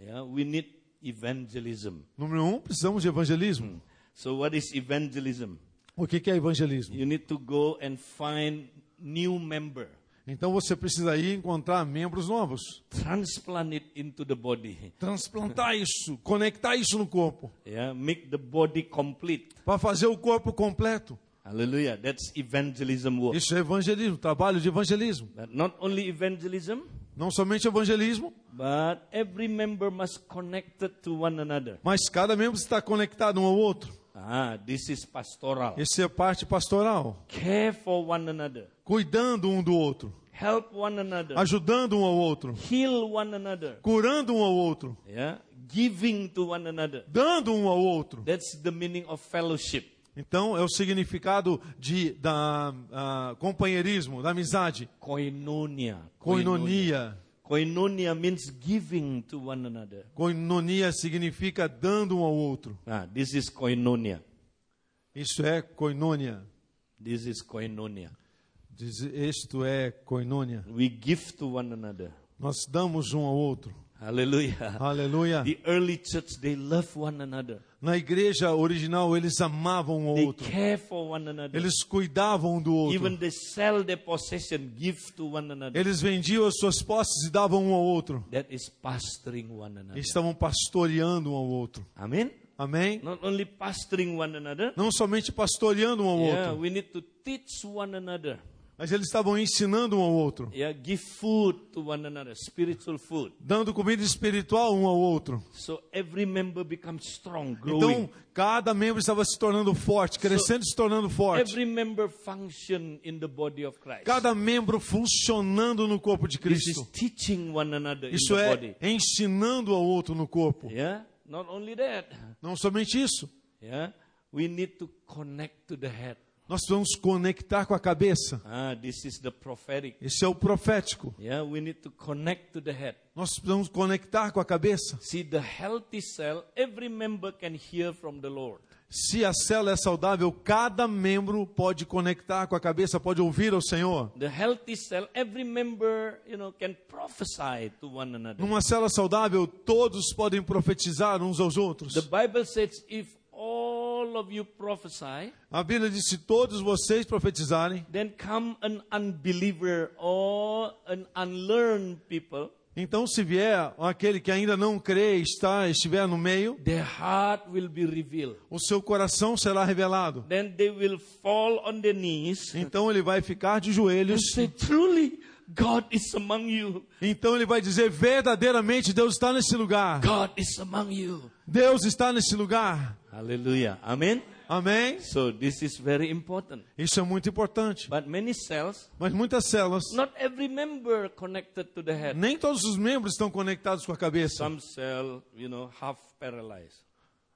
Speaker 1: yeah, we need evangelism.
Speaker 2: Número um, precisamos de evangelismo.
Speaker 1: So what is evangelism?
Speaker 2: O que que é evangelismo?
Speaker 1: You need to go and find new member.
Speaker 2: Então você precisa ir encontrar membros novos,
Speaker 1: Transplant it into the body.
Speaker 2: transplantar isso, conectar isso no corpo,
Speaker 1: Yeah, make the body complete.
Speaker 2: para fazer o corpo completo.
Speaker 1: Hallelujah. That's evangelism work.
Speaker 2: Isso é evangelismo, trabalho de evangelismo.
Speaker 1: But not only evangelism,
Speaker 2: Não somente evangelismo,
Speaker 1: but every member must connected to one another.
Speaker 2: mas cada membro está conectado um ao outro.
Speaker 1: Ah, this is pastoral.
Speaker 2: Isso é parte pastoral,
Speaker 1: Care for one another.
Speaker 2: cuidando um do outro,
Speaker 1: Help one another.
Speaker 2: ajudando um ao outro,
Speaker 1: Heal one another.
Speaker 2: curando um ao outro,
Speaker 1: Yeah, giving to one another.
Speaker 2: dando um ao outro.
Speaker 1: That's the meaning of fellowship.
Speaker 2: Então é o significado de da ah, companheirismo, da amizade,
Speaker 1: Koinonia.
Speaker 2: coinonia.
Speaker 1: Koinonia means giving to one another.
Speaker 2: Coinonia significa dando um ao outro.
Speaker 1: Ah, this is koinonia.
Speaker 2: Isso é coinonia.
Speaker 1: This is koinonia.
Speaker 2: Diz- Isto é coinonia.
Speaker 1: We give to one another.
Speaker 2: Nós damos um ao outro.
Speaker 1: Hallelujah.
Speaker 2: Aleluia.
Speaker 1: The early church, they love one another.
Speaker 2: Na igreja original eles amavam um ao
Speaker 1: They
Speaker 2: outro.
Speaker 1: care for one another.
Speaker 2: Eles cuidavam um do outro.
Speaker 1: Even they sell their possession, give to one another.
Speaker 2: Eles vendiam as suas posses e davam um ao outro.
Speaker 1: That is pastoring one another.
Speaker 2: Estavam pastoreando um ao outro.
Speaker 1: Amen?
Speaker 2: Amém?
Speaker 1: Not only pastoring one another,
Speaker 2: Não somente pastoreando um ao
Speaker 1: yeah,
Speaker 2: outro,
Speaker 1: we need to teach one another.
Speaker 2: mas eles estavam ensinando um ao outro,
Speaker 1: Yeah, give food to one another, spiritual food.
Speaker 2: dando comida espiritual um ao outro.
Speaker 1: So every member becomes strong, growing.
Speaker 2: Então, cada membro estava se tornando forte, crescendo e se tornando forte.
Speaker 1: every member function in the body of Christ.
Speaker 2: Cada membro funcionando no corpo de
Speaker 1: this is
Speaker 2: Cristo.
Speaker 1: teaching one another
Speaker 2: Isso
Speaker 1: in the
Speaker 2: é
Speaker 1: body.
Speaker 2: ensinando ao outro no corpo.
Speaker 1: Yeah. Not only that,
Speaker 2: Não somente isso.
Speaker 1: yeah, we need to connect to the head.
Speaker 2: Nós vamos conectar com a cabeça.
Speaker 1: Ah, this is the prophetic.
Speaker 2: Esse é o profético.
Speaker 1: Yeah, we need to connect to the head.
Speaker 2: Nós precisamos conectar com a cabeça.
Speaker 1: See, the healthy cell, every member can hear from the Lord.
Speaker 2: Se a célula é saudável, cada membro pode conectar com a cabeça, pode ouvir ao Senhor.
Speaker 1: The healthy cell, every member, you know, can prophesy to one another.
Speaker 2: Numa célula saudável, todos podem profetizar uns aos outros.
Speaker 1: The Bible says, if all of you prophesy,
Speaker 2: A Bíblia diz: se todos vocês profetizarem,
Speaker 1: then come an unbeliever or an unlearned people,
Speaker 2: então se vier aquele que ainda não crê, está, estiver no meio,
Speaker 1: their heart will be revealed.
Speaker 2: o seu coração será revelado.
Speaker 1: Then they will fall on their knees
Speaker 2: Então ele vai ficar de
Speaker 1: and
Speaker 2: joelhos.
Speaker 1: say, Truly, God is among you.
Speaker 2: Então ele vai dizer: verdadeiramente Deus está nesse lugar.
Speaker 1: God is among you.
Speaker 2: Deus está nesse lugar.
Speaker 1: Hallelujah. Amen.
Speaker 2: Amém?
Speaker 1: So this is very important.
Speaker 2: Isso é muito importante.
Speaker 1: But many cells,
Speaker 2: Mas muitas células,
Speaker 1: not every member connected to the head.
Speaker 2: nem todos os membros estão conectados com a cabeça.
Speaker 1: Some cell, you know, half paralyzed.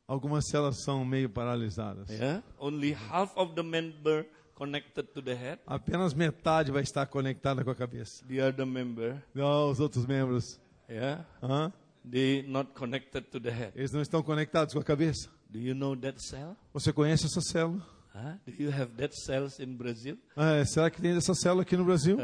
Speaker 2: Algumas células são meio paralisadas.
Speaker 1: Yeah. Only half of the member connected to the head.
Speaker 2: Apenas metade vai estar conectada com a cabeça.
Speaker 1: The other member,
Speaker 2: Não, os outros membros,
Speaker 1: yeah,
Speaker 2: hã?
Speaker 1: they not connected to the head.
Speaker 2: eles não estão conectados com a cabeça.
Speaker 1: Do you know that cell?
Speaker 2: Você conhece essa célula?
Speaker 1: Huh? Do you have that cells in Brazil?
Speaker 2: É, será que tem essa célula aqui no Brasil?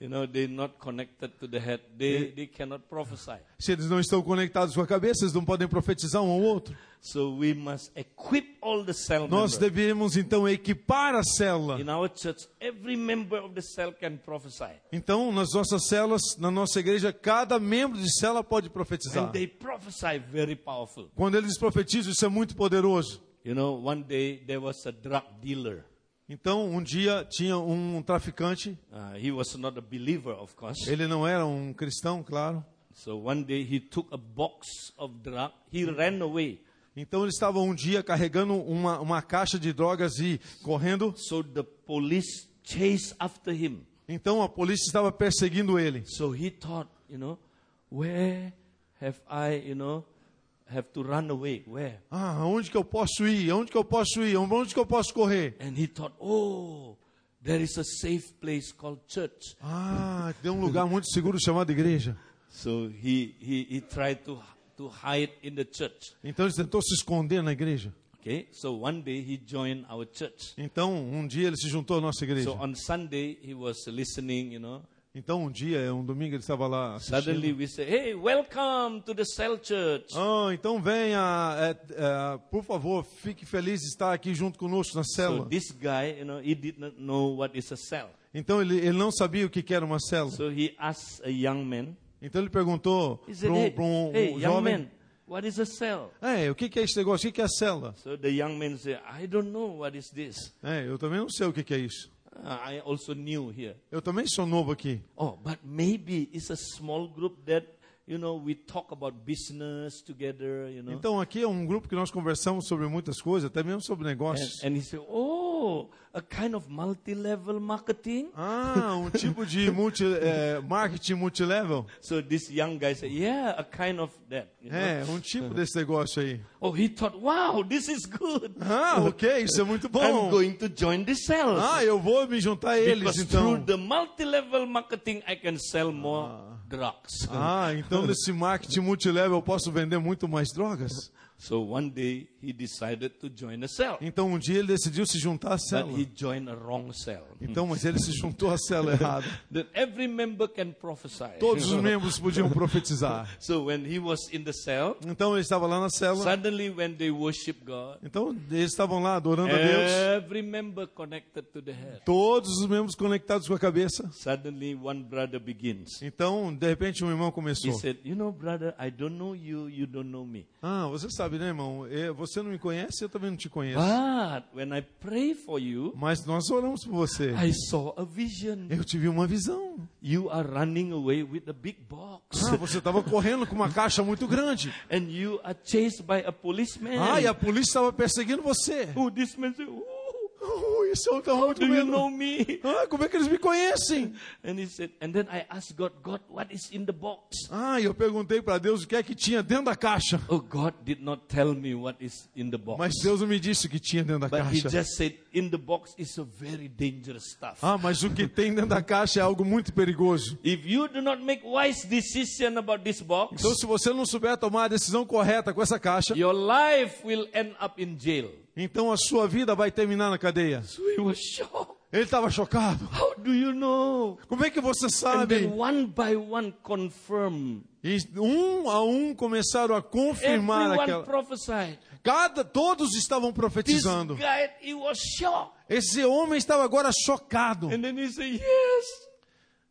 Speaker 1: you know, they not connected to the head. They they cannot prophesy.
Speaker 2: Se eles não estão conectados com a cabeça, eles não podem profetizar um ao outro.
Speaker 1: So we must equip all the cell
Speaker 2: Nós
Speaker 1: members.
Speaker 2: devemos então equipar a célula.
Speaker 1: In our church, every member of the cell can prophesy.
Speaker 2: Então, nas nossas células, na nossa igreja, cada membro de célula pode profetizar.
Speaker 1: And they prophesy very powerful.
Speaker 2: Quando eles profetizam, isso é muito poderoso.
Speaker 1: You know, one day there was a drug dealer.
Speaker 2: Então, um dia tinha um traficante,
Speaker 1: Uh, he was not a believer, of course.
Speaker 2: ele não era um cristão, claro.
Speaker 1: So one day he took a box of drug. He ran away.
Speaker 2: Então, ele estava um dia carregando uma, uma caixa de drogas e correndo.
Speaker 1: So the police chased after him.
Speaker 2: Então, a polícia estava perseguindo ele.
Speaker 1: So he thought, you know, where have I, you know, have to run away? Where?
Speaker 2: Ah, aonde que eu posso ir? Aonde que eu posso ir? Aonde que eu posso correr?
Speaker 1: And he thought, oh, there is a safe place called church.
Speaker 2: Ah, tem um lugar muito seguro chamado igreja.
Speaker 1: So he, he, he tried to, to hide in the church.
Speaker 2: Então, ele tentou se esconder na igreja.
Speaker 1: Okay, so one day he joined our church.
Speaker 2: Então, um dia ele se juntou à nossa igreja.
Speaker 1: So on Sunday he was listening, you know,
Speaker 2: Então um dia, um domingo, ele estava lá assistindo.
Speaker 1: Suddenly we say, hey, welcome to the cell church.
Speaker 2: Ah, então venha, é, é, por favor, fique feliz de estar aqui junto conosco na
Speaker 1: So
Speaker 2: célula.
Speaker 1: this guy, you know, he did not know what is a cell.
Speaker 2: Então ele, ele não sabia o que que era uma célula.
Speaker 1: So he asked a young man,
Speaker 2: Então ele perguntou
Speaker 1: he said,
Speaker 2: para um,
Speaker 1: hey,
Speaker 2: pra um
Speaker 1: hey young
Speaker 2: jovem,
Speaker 1: man, what is a cell?
Speaker 2: é, o que que é esse negócio, o que que é a célula?
Speaker 1: So the young man said, I don't know what is this.
Speaker 2: É, eu também não sei o que que é isso.
Speaker 1: Uh, I also knew here.
Speaker 2: Eu também sou novo aqui.
Speaker 1: Oh, but maybe it's a small group that, you know, we talk about business together, you know.
Speaker 2: Então aqui é um grupo que nós conversamos sobre muitas coisas, até mesmo sobre
Speaker 1: And,
Speaker 2: negócios.
Speaker 1: and he said, oh, a kind of multi-level marketing.
Speaker 2: Ah, um tipo de multi, é, marketing multilevel?
Speaker 1: So this young guy said, yeah, a kind of that. you know.
Speaker 2: É, um tipo desse negócio aí.
Speaker 1: Oh, he thought, wow, this is good.
Speaker 2: Ah, ok, isso é muito
Speaker 1: I'm
Speaker 2: bom.
Speaker 1: going to join the cells.
Speaker 2: Ah, eu vou me juntar a eles
Speaker 1: because
Speaker 2: então.
Speaker 1: through the multi-level marketing, I can sell more drugs.
Speaker 2: Ah, então nesse marketing multilevel eu posso vender muito mais drogas?
Speaker 1: So one day he decided to join a cell,
Speaker 2: Então um dia ele decidiu se juntar à
Speaker 1: but
Speaker 2: célula.
Speaker 1: he joined a wrong cell.
Speaker 2: Então, mas ele se juntou à célula errada.
Speaker 1: That every member can prophesy.
Speaker 2: Todos os membros podiam profetizar.
Speaker 1: So when he was in the cell,
Speaker 2: Então ele estava lá na célula.
Speaker 1: suddenly when they worship God,
Speaker 2: Então eles estavam lá adorando a Deus.
Speaker 1: every member connected to the head.
Speaker 2: Todos os membros conectados com a cabeça.
Speaker 1: Suddenly one brother begins.
Speaker 2: Então, de repente, um irmão
Speaker 1: He
Speaker 2: começou.
Speaker 1: said, You know, brother, I don't know you, you don't know me.
Speaker 2: Ah, você sabe, né, irmão? Eh, Você não me conhece, eu também não te conheço.
Speaker 1: Ah. But when I pray for you,
Speaker 2: Mas nós oramos por você.
Speaker 1: I saw a vision.
Speaker 2: Eu tive uma visão.
Speaker 1: You are running away with a big box.
Speaker 2: Ah, você estava correndo com uma caixa muito grande.
Speaker 1: And you are chased by a policeman.
Speaker 2: Ah, e a polícia estava perseguindo você.
Speaker 1: Oh, this man said, "Oh,
Speaker 2: Oh, esse homem estava muito
Speaker 1: Do you
Speaker 2: medo.
Speaker 1: know me?
Speaker 2: Ah, como é que eles me conhecem?
Speaker 1: And he said, and then I asked God, God, what is in the box?
Speaker 2: Ah, e eu perguntei para Deus o que é que tinha dentro da caixa.
Speaker 1: Oh, God did not tell me what is in the box.
Speaker 2: Mas Deus não me disse o que tinha dentro da
Speaker 1: but he
Speaker 2: caixa.
Speaker 1: just said, in the box is a very dangerous stuff.
Speaker 2: Ah, mas o que tem dentro da caixa é algo muito perigoso.
Speaker 1: If you do not make wise decision about this box,
Speaker 2: Então, se você não souber tomar a decisão correta com essa caixa,
Speaker 1: your life will end up in jail.
Speaker 2: então a sua vida vai terminar na cadeia.
Speaker 1: So he was shocked.
Speaker 2: Ele estava chocado.
Speaker 1: How do you know?
Speaker 2: Como é que você
Speaker 1: And then
Speaker 2: sabe?
Speaker 1: one by one confirm.
Speaker 2: E um a um começaram a confirmar
Speaker 1: Everyone
Speaker 2: aquela.
Speaker 1: prophesied.
Speaker 2: Cada, todos estavam
Speaker 1: This
Speaker 2: profetizando.
Speaker 1: guy, he was shocked.
Speaker 2: Esse homem estava agora chocado.
Speaker 1: And then he said, yes,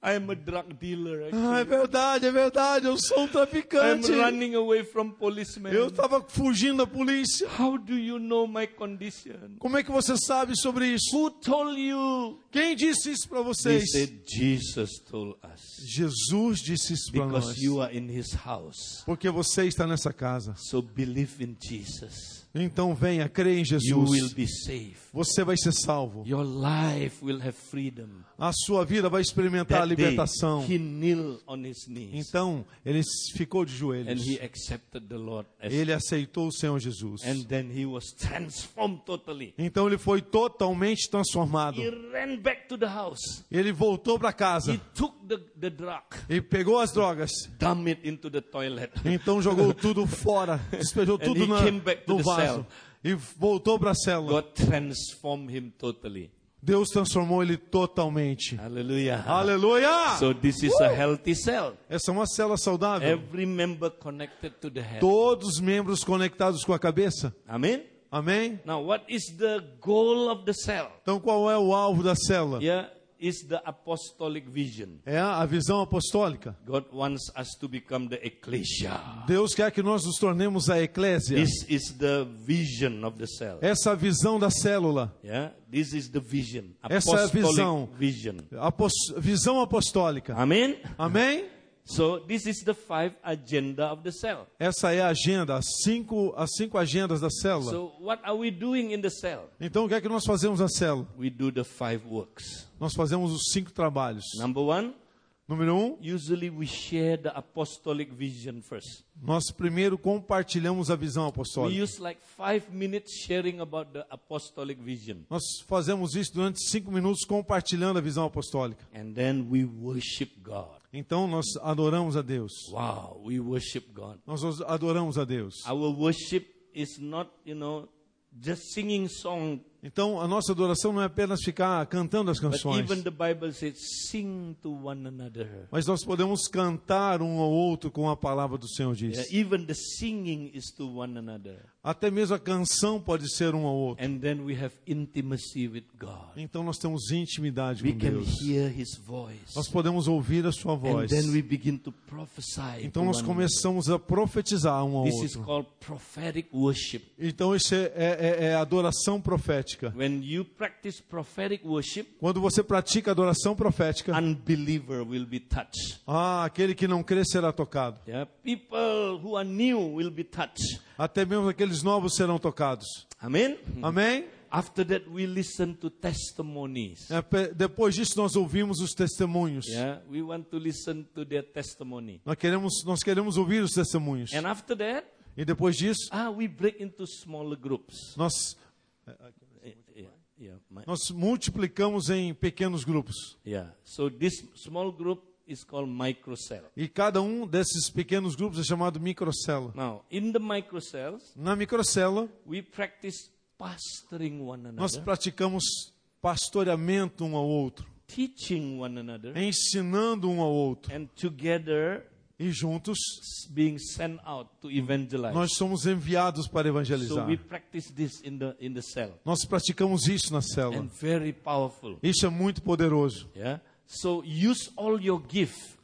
Speaker 1: I am a drug dealer.
Speaker 2: Ah, é
Speaker 1: Actually.
Speaker 2: verdade, é verdade. Eu sou um
Speaker 1: I'm
Speaker 2: traficante.
Speaker 1: running away from policemen.
Speaker 2: É, Eu estava fugindo da polícia.
Speaker 1: How do you know my condition?
Speaker 2: Como é que você sabe sobre isso?
Speaker 1: Who told you?
Speaker 2: Quem disse isso para
Speaker 1: They
Speaker 2: vocês?
Speaker 1: said, Jesus told us.
Speaker 2: Jesus disse isso para nós.
Speaker 1: Because you are in his house.
Speaker 2: Porque você está nessa casa.
Speaker 1: So believe in Jesus.
Speaker 2: Então venha, creia em
Speaker 1: You will
Speaker 2: Jesus.
Speaker 1: be safe.
Speaker 2: Você vai ser salvo.
Speaker 1: Your life will have freedom.
Speaker 2: A sua vida vai experimentar a
Speaker 1: That day,
Speaker 2: libertação.
Speaker 1: he knelt on his knees
Speaker 2: Então ele ficou de
Speaker 1: and
Speaker 2: joelhos.
Speaker 1: he accepted the Lord. As,
Speaker 2: Ele aceitou o Senhor Jesus.
Speaker 1: and then he was transformed totally.
Speaker 2: Então ele foi totalmente transformado.
Speaker 1: He ran back to the house.
Speaker 2: Ele voltou para casa
Speaker 1: He took the, the drug,
Speaker 2: e pegou as drogas.
Speaker 1: dumped it into the toilet.
Speaker 2: Então jogou tudo fora, despejou
Speaker 1: And
Speaker 2: tudo
Speaker 1: he
Speaker 2: na,
Speaker 1: came back to
Speaker 2: no
Speaker 1: the
Speaker 2: vaso
Speaker 1: cell.
Speaker 2: e voltou para a célula.
Speaker 1: God transformed him totally.
Speaker 2: Deus transformou ele totalmente.
Speaker 1: Hallelujah.
Speaker 2: Aleluia!
Speaker 1: So this is a healthy cell.
Speaker 2: Essa é uma célula saudável.
Speaker 1: Every member connected to the head.
Speaker 2: Todos os membros conectados com a cabeça.
Speaker 1: Amen.
Speaker 2: Amém?
Speaker 1: Now, what is the goal of the cell?
Speaker 2: Então qual é o alvo da célula?
Speaker 1: Here is the apostolic vision.
Speaker 2: É a visão apostólica.
Speaker 1: God wants us to become the ecclesia.
Speaker 2: Deus quer que nós nos tornemos a eclésia.
Speaker 1: This is the vision of the cell.
Speaker 2: Essa é visão da célula,
Speaker 1: Yeah, this is the vision.
Speaker 2: Essa é a visão.
Speaker 1: Apostolic vision.
Speaker 2: apos, visão apostólica.
Speaker 1: Amen.
Speaker 2: Amém?
Speaker 1: So this is the five agenda of the cell.
Speaker 2: Essa é a agenda, as cinco, as cinco agendas da célula.
Speaker 1: So what are we doing in the cell?
Speaker 2: Então o que é que nós fazemos na célula?
Speaker 1: We do the five works.
Speaker 2: Nós fazemos os cinco trabalhos.
Speaker 1: Number one,
Speaker 2: Número um,
Speaker 1: usually we share the apostolic vision first.
Speaker 2: nós primeiro compartilhamos a visão
Speaker 1: We
Speaker 2: apostólica.
Speaker 1: use like five minutes sharing about the apostolic vision.
Speaker 2: Nós fazemos isso durante cinco minutos compartilhando a visão apostólica.
Speaker 1: And then we worship God.
Speaker 2: Então nós adoramos a Deus.
Speaker 1: Wow, we worship God.
Speaker 2: Nós os- adoramos a Deus.
Speaker 1: Our worship is not, you know, just singing song
Speaker 2: Então, a nossa adoração não é apenas ficar cantando as
Speaker 1: But
Speaker 2: canções,
Speaker 1: even the Bible says, sing to one another.
Speaker 2: mas nós podemos cantar um ao outro com a palavra do Senhor
Speaker 1: Yeah,
Speaker 2: diz.
Speaker 1: even the singing is to one another.
Speaker 2: Até mesmo a canção pode ser um ao outro.
Speaker 1: And then we have intimacy with God.
Speaker 2: Então nós temos intimidade
Speaker 1: We
Speaker 2: com
Speaker 1: can
Speaker 2: Deus.
Speaker 1: hear His voice.
Speaker 2: Nós podemos ouvir a sua
Speaker 1: And
Speaker 2: voz.
Speaker 1: then we begin to prophesy.
Speaker 2: Então
Speaker 1: to
Speaker 2: nós
Speaker 1: one another.
Speaker 2: começamos a profetizar um ao
Speaker 1: This is
Speaker 2: outro.
Speaker 1: called prophetic worship.
Speaker 2: Então isso é, é, é adoração profética.
Speaker 1: When you practice prophetic worship,
Speaker 2: Quando você pratica adoração profética,
Speaker 1: unbeliever will be touched.
Speaker 2: ah, aquele que não crê será tocado.
Speaker 1: Yeah, people who are new will be touched.
Speaker 2: Até mesmo aqueles novos serão tocados.
Speaker 1: Amen.
Speaker 2: Amém?
Speaker 1: After that, we listen to testimonies.
Speaker 2: É, pe- Depois disso nós ouvimos os testemunhos.
Speaker 1: Yeah, we want to listen to their testimony.
Speaker 2: Nós queremos, nós queremos ouvir os testemunhos.
Speaker 1: And after that,
Speaker 2: E depois disso
Speaker 1: ah, we break into smaller groups.
Speaker 2: nós
Speaker 1: Eh, Yeah, yeah, my-
Speaker 2: nós multiplicamos em pequenos grupos.
Speaker 1: yeah. So this small group is called microcell.
Speaker 2: E cada um desses pequenos grupos é chamado microcélula.
Speaker 1: Now, in the microcells,
Speaker 2: Na microcélula
Speaker 1: we practice pastoring one
Speaker 2: nós
Speaker 1: another,
Speaker 2: praticamos pastoreamento um ao outro,
Speaker 1: teaching one another,
Speaker 2: ensinando um ao outro
Speaker 1: and together
Speaker 2: e juntos
Speaker 1: s- being sent out to evangelize.
Speaker 2: nós somos enviados para
Speaker 1: So
Speaker 2: evangelizar.
Speaker 1: we practice this in the in the cell,
Speaker 2: Nós praticamos isso na célula.
Speaker 1: and very powerful.
Speaker 2: Isso é muito poderoso.
Speaker 1: Yeah. So use all your gift.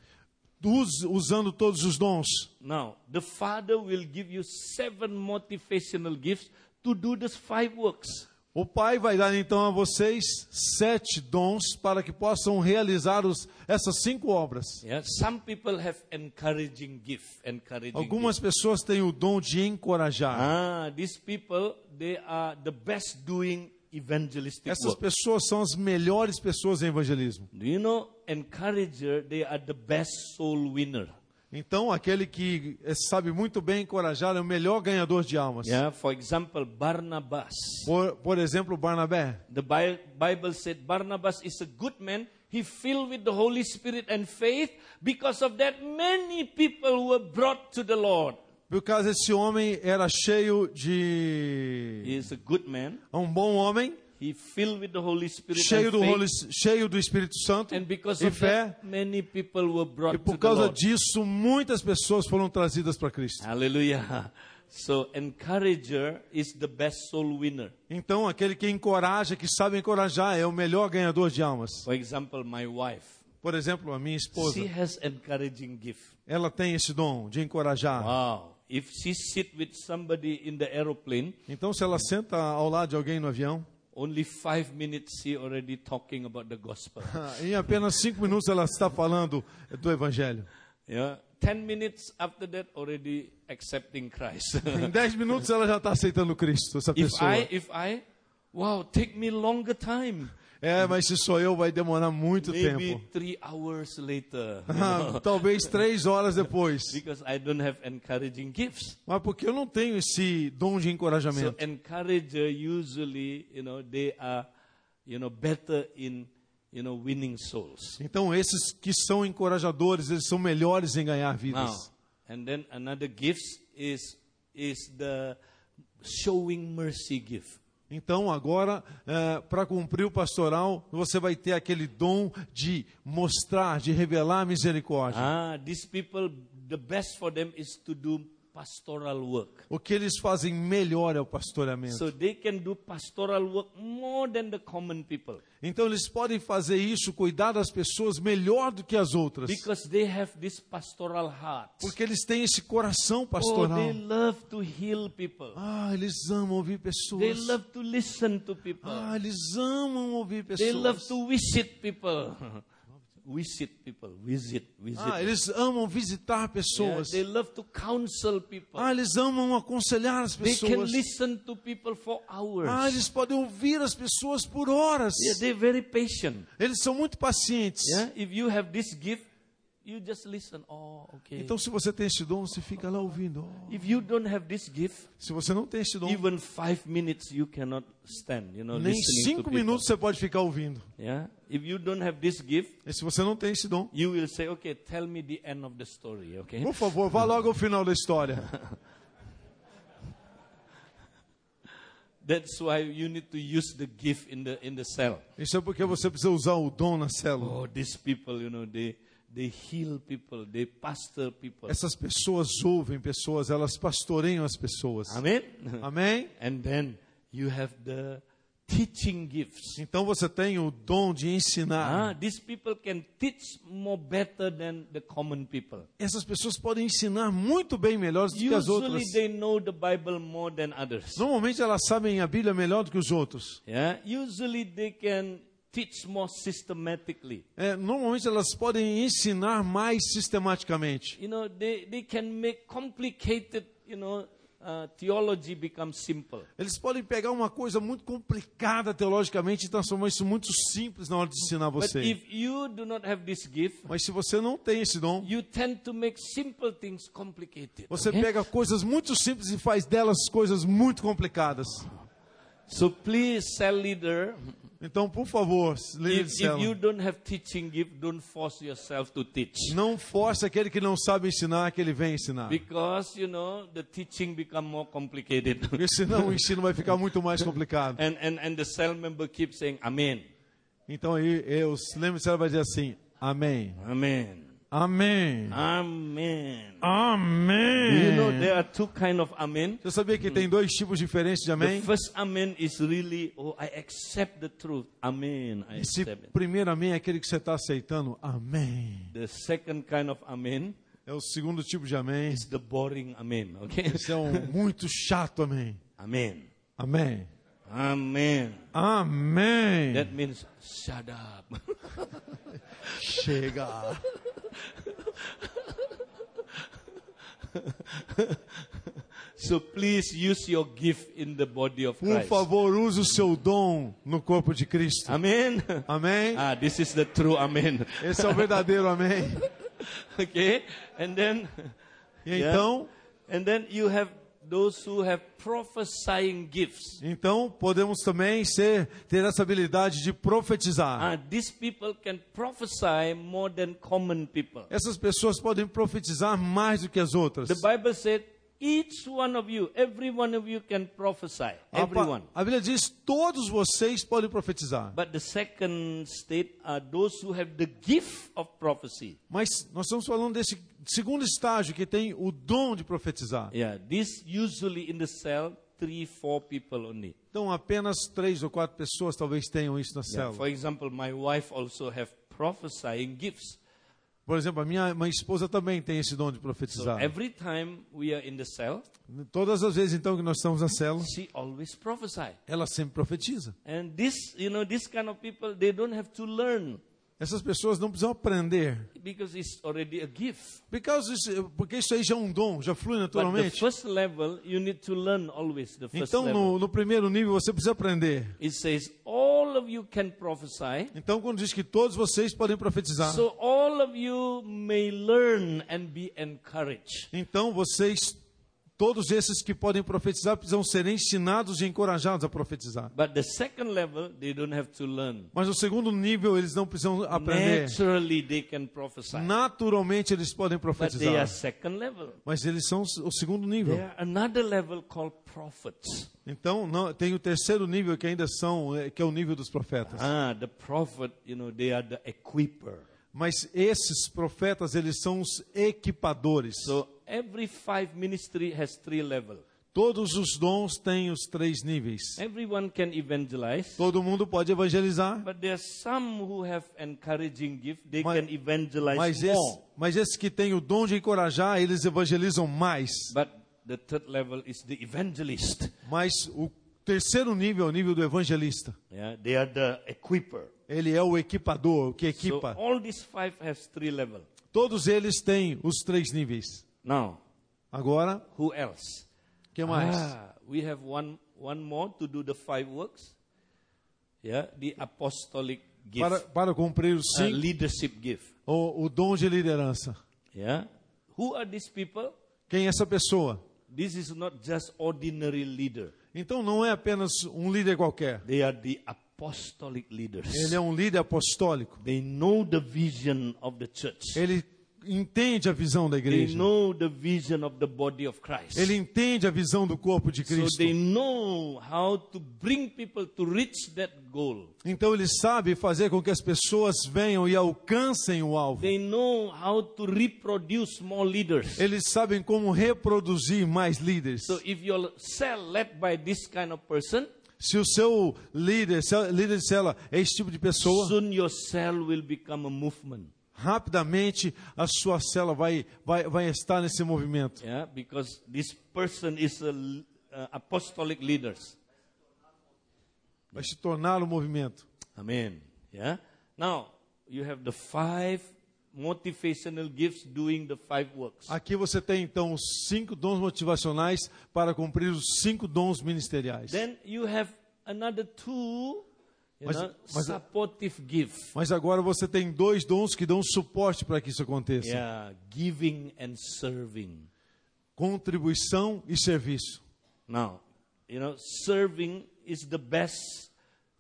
Speaker 2: Us- usando todos os dons.
Speaker 1: Now the Father will give you seven motivational gifts to do these five works.
Speaker 2: O Pai vai dar então a vocês sete dons para que possam realizar os- essas cinco obras.
Speaker 1: Yeah. Some people have encouraging gift, encouraging.
Speaker 2: Oh,
Speaker 1: gift.
Speaker 2: Algumas pessoas têm o dom de encorajar.
Speaker 1: Ah, these people they are the best doing evangelistic
Speaker 2: Essas
Speaker 1: work.
Speaker 2: pessoas são as melhores pessoas em evangelismo.
Speaker 1: Do you know encourager? They are the best soul winner.
Speaker 2: Então, aquele que eh, sabe muito bem encorajar é o melhor ganhador de almas.
Speaker 1: Yeah. For example, Barnabas.
Speaker 2: Por, por exemplo, Barnabé.
Speaker 1: The Bi- Bible said Barnabas is a good man. He filled with the Holy Spirit and faith. Because of that, many people were brought to the Lord.
Speaker 2: Por causa desse homem era cheio de.
Speaker 1: He is a good man.
Speaker 2: é Um bom homem,
Speaker 1: He filled with the Holy Spirit
Speaker 2: cheio
Speaker 1: and
Speaker 2: do,
Speaker 1: faith.
Speaker 2: Holy- cheio do Espírito Santo
Speaker 1: and because
Speaker 2: e
Speaker 1: of
Speaker 2: fé.
Speaker 1: that, many people were
Speaker 2: E
Speaker 1: brought to
Speaker 2: por
Speaker 1: the
Speaker 2: causa
Speaker 1: Lord.
Speaker 2: disso, muitas pessoas foram trazidas para Cristo.
Speaker 1: Hallelujah. So encourager is the best soul winner.
Speaker 2: Então, aquele que encoraja, que sabe encorajar, é o melhor ganhador de almas.
Speaker 1: For example, my wife.
Speaker 2: Por exemplo, a minha esposa,
Speaker 1: She has encouraging gift.
Speaker 2: ela tem esse dom de encorajar.
Speaker 1: Wow. If she sit with somebody in the aeroplane,
Speaker 2: Então, se ela senta ao lado de alguém no avião,
Speaker 1: Only five minutes, she already talking about the gospel.
Speaker 2: em apenas cinco minutos ela está falando do Evangelho.
Speaker 1: yeah, ten minutes after that, already accepting Christ.
Speaker 2: Em dez minutos ela já está aceitando Cristo, essa
Speaker 1: if
Speaker 2: pessoa.
Speaker 1: I, if I, wow, take me longer time.
Speaker 2: É, mas se sou eu, vai demorar muito
Speaker 1: Maybe
Speaker 2: tempo.
Speaker 1: three hours later,
Speaker 2: Ah, talvez três horas depois.
Speaker 1: because I don't have encouraging gifts.
Speaker 2: Mas porque eu não tenho esse dom de
Speaker 1: So
Speaker 2: encorajamento.
Speaker 1: encourager usually, you know, they are, you know, better in, you know, winning souls.
Speaker 2: Então, esses que são encorajadores, eles são melhores em ganhar
Speaker 1: Now,
Speaker 2: vidas.
Speaker 1: and then another gift is is the showing mercy gift.
Speaker 2: Então, agora, para cumprir o pastoral, você vai ter aquele dom de mostrar, de revelar misericórdia.
Speaker 1: Ah, these people, the best for them is to do pastoral work.
Speaker 2: O que eles fazem melhor é o pastoreamento.
Speaker 1: So they can do pastoral work more than the common people
Speaker 2: Então, eles podem fazer isso, cuidar das pessoas melhor do que as outras.
Speaker 1: because they have this pastoral heart.
Speaker 2: Porque eles têm esse coração
Speaker 1: Oh, they
Speaker 2: pastoral.
Speaker 1: love to heal people.
Speaker 2: Ah, eles amam ouvir
Speaker 1: They
Speaker 2: pessoas.
Speaker 1: love to listen to people.
Speaker 2: Ah, eles amam ouvir
Speaker 1: They love
Speaker 2: pessoas.
Speaker 1: to visit people. Visit people, visit,
Speaker 2: Ah,
Speaker 1: visit.
Speaker 2: eles amam visitar
Speaker 1: Yeah,
Speaker 2: pessoas.
Speaker 1: they love to counsel people.
Speaker 2: Ah, eles amam aconselhar as
Speaker 1: They can
Speaker 2: pessoas.
Speaker 1: listen to people for
Speaker 2: Ah,
Speaker 1: hours.
Speaker 2: eles podem ouvir as pessoas por horas.
Speaker 1: Yeah, they're very patient.
Speaker 2: Eles são muito pacientes.
Speaker 1: Yeah? If you have this gift, you just listen. Oh, okay.
Speaker 2: Então, se você tem este dom, você fica lá ouvindo. Oh.
Speaker 1: if you don't have this gift,
Speaker 2: Se você não tem este dom,
Speaker 1: even five minutes you cannot stand. You know,
Speaker 2: nem
Speaker 1: listening to
Speaker 2: cinco
Speaker 1: people.
Speaker 2: minutos você pode ficar ouvindo.
Speaker 1: Yeah. If you don't have this gift,
Speaker 2: E se você não tem este dom,
Speaker 1: you will say, okay, tell me the end of the story. Okay.
Speaker 2: por favor, vá logo ao final da história.
Speaker 1: That's why you need to use the gift in the in the cell.
Speaker 2: Isso é porque você precisa usar o dom na célula.
Speaker 1: Oh, these people, you know, they they heal people, they pastor people.
Speaker 2: Essas pessoas ouvem pessoas, elas pastoreiam as pessoas.
Speaker 1: Amen.
Speaker 2: Amém?
Speaker 1: And then you have the teaching gifts.
Speaker 2: Então você tem o dom de ensinar.
Speaker 1: Ah, these people can teach more better than the common people.
Speaker 2: Essas pessoas podem ensinar muito bem melhor do que as
Speaker 1: Usually
Speaker 2: outras.
Speaker 1: they know the Bible more than others.
Speaker 2: Normalmente elas sabem a Bíblia melhor do que os outros.
Speaker 1: Yeah, usually they can teach more systematically.
Speaker 2: É, normalmente elas podem ensinar mais sistematicamente.
Speaker 1: You know, they, they can make complicated, you know, uh, theology become simple.
Speaker 2: Eles podem pegar uma coisa muito complicada teologicamente e transformar isso muito simples na hora de ensinar
Speaker 1: But if
Speaker 2: você.
Speaker 1: you do not have this gift,
Speaker 2: Mas se você não tem esse dom,
Speaker 1: you tend to make simple things complicated.
Speaker 2: você
Speaker 1: okay?
Speaker 2: pega coisas muito simples e faz delas coisas muito complicadas.
Speaker 1: So please, cell leader,
Speaker 2: Então, por favor, líder
Speaker 1: if,
Speaker 2: de
Speaker 1: if
Speaker 2: célula,
Speaker 1: you don't have teaching gift, don't force yourself to teach.
Speaker 2: não force aquele que não sabe ensinar que ele vem ensinar.
Speaker 1: Because, you know, the teaching become more complicated.
Speaker 2: Porque senão o ensino vai ficar muito mais complicado.
Speaker 1: and, and, and the cell member keeps saying, Amen,
Speaker 2: Então aí eu lembro que ela vai dizer assim: Amém.
Speaker 1: Amen,
Speaker 2: Amém.
Speaker 1: Amen. Do
Speaker 2: Amém.
Speaker 1: You know, there are two kind of Amen.
Speaker 2: Você sabia que tem dois tipos diferentes de
Speaker 1: The
Speaker 2: amém?
Speaker 1: first Amen is really, oh, I accept the truth. Amen, I
Speaker 2: Esse
Speaker 1: accept it.
Speaker 2: primeiro amém é aquele que você está aceitando. Amém.
Speaker 1: The second kind of Amen
Speaker 2: É o segundo tipo de amém.
Speaker 1: is the boring Amen, okay?
Speaker 2: Esse é um muito chato amém.
Speaker 1: Amen,
Speaker 2: Amém.
Speaker 1: Amen.
Speaker 2: Amém.
Speaker 1: That means, shut up.
Speaker 2: Chega.
Speaker 1: so please use your gift in the body of
Speaker 2: Por
Speaker 1: Christ.
Speaker 2: favor, use o seu dom no corpo de Cristo.
Speaker 1: Amen.
Speaker 2: Amém.
Speaker 1: Ah, this is the true Amen.
Speaker 2: Esse é o verdadeiro amém.
Speaker 1: okay? And then
Speaker 2: E
Speaker 1: É.
Speaker 2: então,
Speaker 1: and then you have those who have prophesying gifts.
Speaker 2: então podemos também ser ter essa habilidade de profetizar.
Speaker 1: Ah, these people can prophesy more than common people.
Speaker 2: Essas pessoas podem profetizar mais do que as outras.
Speaker 1: The Bible said each one of you, every one of you can prophesy.
Speaker 2: A,
Speaker 1: Everyone.
Speaker 2: pa- a Bíblia diz: todos vocês podem profetizar.
Speaker 1: But the second state are those who have the gift of prophecy.
Speaker 2: Mas nós estamos falando desse segundo estágio que tem o dom de profetizar.
Speaker 1: Yeah, this usually in the cell, three, four people only.
Speaker 2: Então apenas três ou quatro pessoas talvez tenham isso na
Speaker 1: Yeah, for
Speaker 2: célula.
Speaker 1: example, my wife also have prophesying gifts.
Speaker 2: Por exemplo, a minha, minha esposa também tem esse dom de
Speaker 1: So
Speaker 2: profetizar.
Speaker 1: every time we are in the cell,
Speaker 2: Todas as vezes então que nós estamos na célula,
Speaker 1: she always prophesy.
Speaker 2: ela sempre profetiza.
Speaker 1: And this, you know, this kind of people, they don't have to learn
Speaker 2: Essas pessoas não precisam aprender,
Speaker 1: because it's already a gift.
Speaker 2: porque isso, porque isso aí já é um dom, já flui
Speaker 1: But the
Speaker 2: naturalmente.
Speaker 1: first level, you need to learn always the first
Speaker 2: Então
Speaker 1: level.
Speaker 2: no, no primeiro nível você precisa aprender.
Speaker 1: It says all of you can prophesy,
Speaker 2: Então quando diz que todos vocês podem profetizar,
Speaker 1: so all of you may learn and be encouraged.
Speaker 2: Então vocês, todos esses que podem profetizar, precisam ser ensinados e encorajados a profetizar.
Speaker 1: But the second level, they don't have to learn.
Speaker 2: Mas no segundo nível, eles não precisam aprender.
Speaker 1: Naturally, they can prophesy.
Speaker 2: Naturalmente, eles podem
Speaker 1: But they are
Speaker 2: profetizar.
Speaker 1: second level.
Speaker 2: Mas eles são o segundo
Speaker 1: There
Speaker 2: nível.
Speaker 1: are another level called prophets.
Speaker 2: Então, não, tem o terceiro nível que ainda são, eh, que é o nível dos profetas.
Speaker 1: Ah, the prophet, you know, they are the equiper.
Speaker 2: Mas esses profetas, eles são os equipadores.
Speaker 1: So every five ministry has three level.
Speaker 2: Todos os dons têm os três níveis.
Speaker 1: Everyone can evangelize,
Speaker 2: Todo mundo pode evangelizar,
Speaker 1: but there are some who have encouraging gift. They
Speaker 2: Mas-
Speaker 1: can evangelize
Speaker 2: mas esse-
Speaker 1: more.
Speaker 2: mas esses que têm o dom de encorajar, eles evangelizam mais.
Speaker 1: But the third level is the evangelist.
Speaker 2: Mas o terceiro nível é o nível do evangelista.
Speaker 1: Yeah, they are the equiper.
Speaker 2: Ele é o equipador, o que
Speaker 1: So
Speaker 2: equipa.
Speaker 1: all these five has three level.
Speaker 2: Todos eles têm os três níveis.
Speaker 1: Now,
Speaker 2: Agora,
Speaker 1: who else?
Speaker 2: o que mais?
Speaker 1: Ah, we have one one more to do the five works. Yeah, the apostolic gift,
Speaker 2: para, para cumprir os
Speaker 1: uh,
Speaker 2: cinco,
Speaker 1: leadership gift.
Speaker 2: o, o dom de liderança.
Speaker 1: Yeah. Who are these people?
Speaker 2: Quem é essa pessoa?
Speaker 1: This is not just ordinary leader.
Speaker 2: Então não é apenas um líder qualquer.
Speaker 1: They are the apostolic leaders.
Speaker 2: Ele é um líder apostólico.
Speaker 1: They know the vision of the church.
Speaker 2: Ele entende a visão da
Speaker 1: They
Speaker 2: igreja.
Speaker 1: know the vision of the body of Christ.
Speaker 2: Ele entende a visão do corpo de
Speaker 1: So
Speaker 2: Cristo.
Speaker 1: they know how to bring people to reach that goal.
Speaker 2: Então ele sabe fazer com que as pessoas venham e alcancem o alvo.
Speaker 1: They know how to reproduce more leaders.
Speaker 2: Eles sabem como reproduzir mais líderes.
Speaker 1: So if your cell led by this kind of person,
Speaker 2: Se o seu líder, se a líder de célula é esse tipo de pessoa,
Speaker 1: soon your cell will become a movement.
Speaker 2: rapidamente a sua célula vai, vai, vai estar nesse movimento.
Speaker 1: Yeah, because this person is a l- uh, apostolic leaders.
Speaker 2: Vai se tornar um movimento.
Speaker 1: Amen. Yeah. Now you have the five motivational gifts doing the five works.
Speaker 2: Aqui você tem então os cinco dons motivacionais para cumprir os cinco dons ministeriais.
Speaker 1: Then you have another two, you
Speaker 2: Mas-
Speaker 1: know,
Speaker 2: mas-
Speaker 1: supportive gift.
Speaker 2: Mas agora você tem dois dons que dão suporte para que isso aconteça:
Speaker 1: Yeah, giving and serving.
Speaker 2: contribuição e serviço.
Speaker 1: Now, you know, serving is the best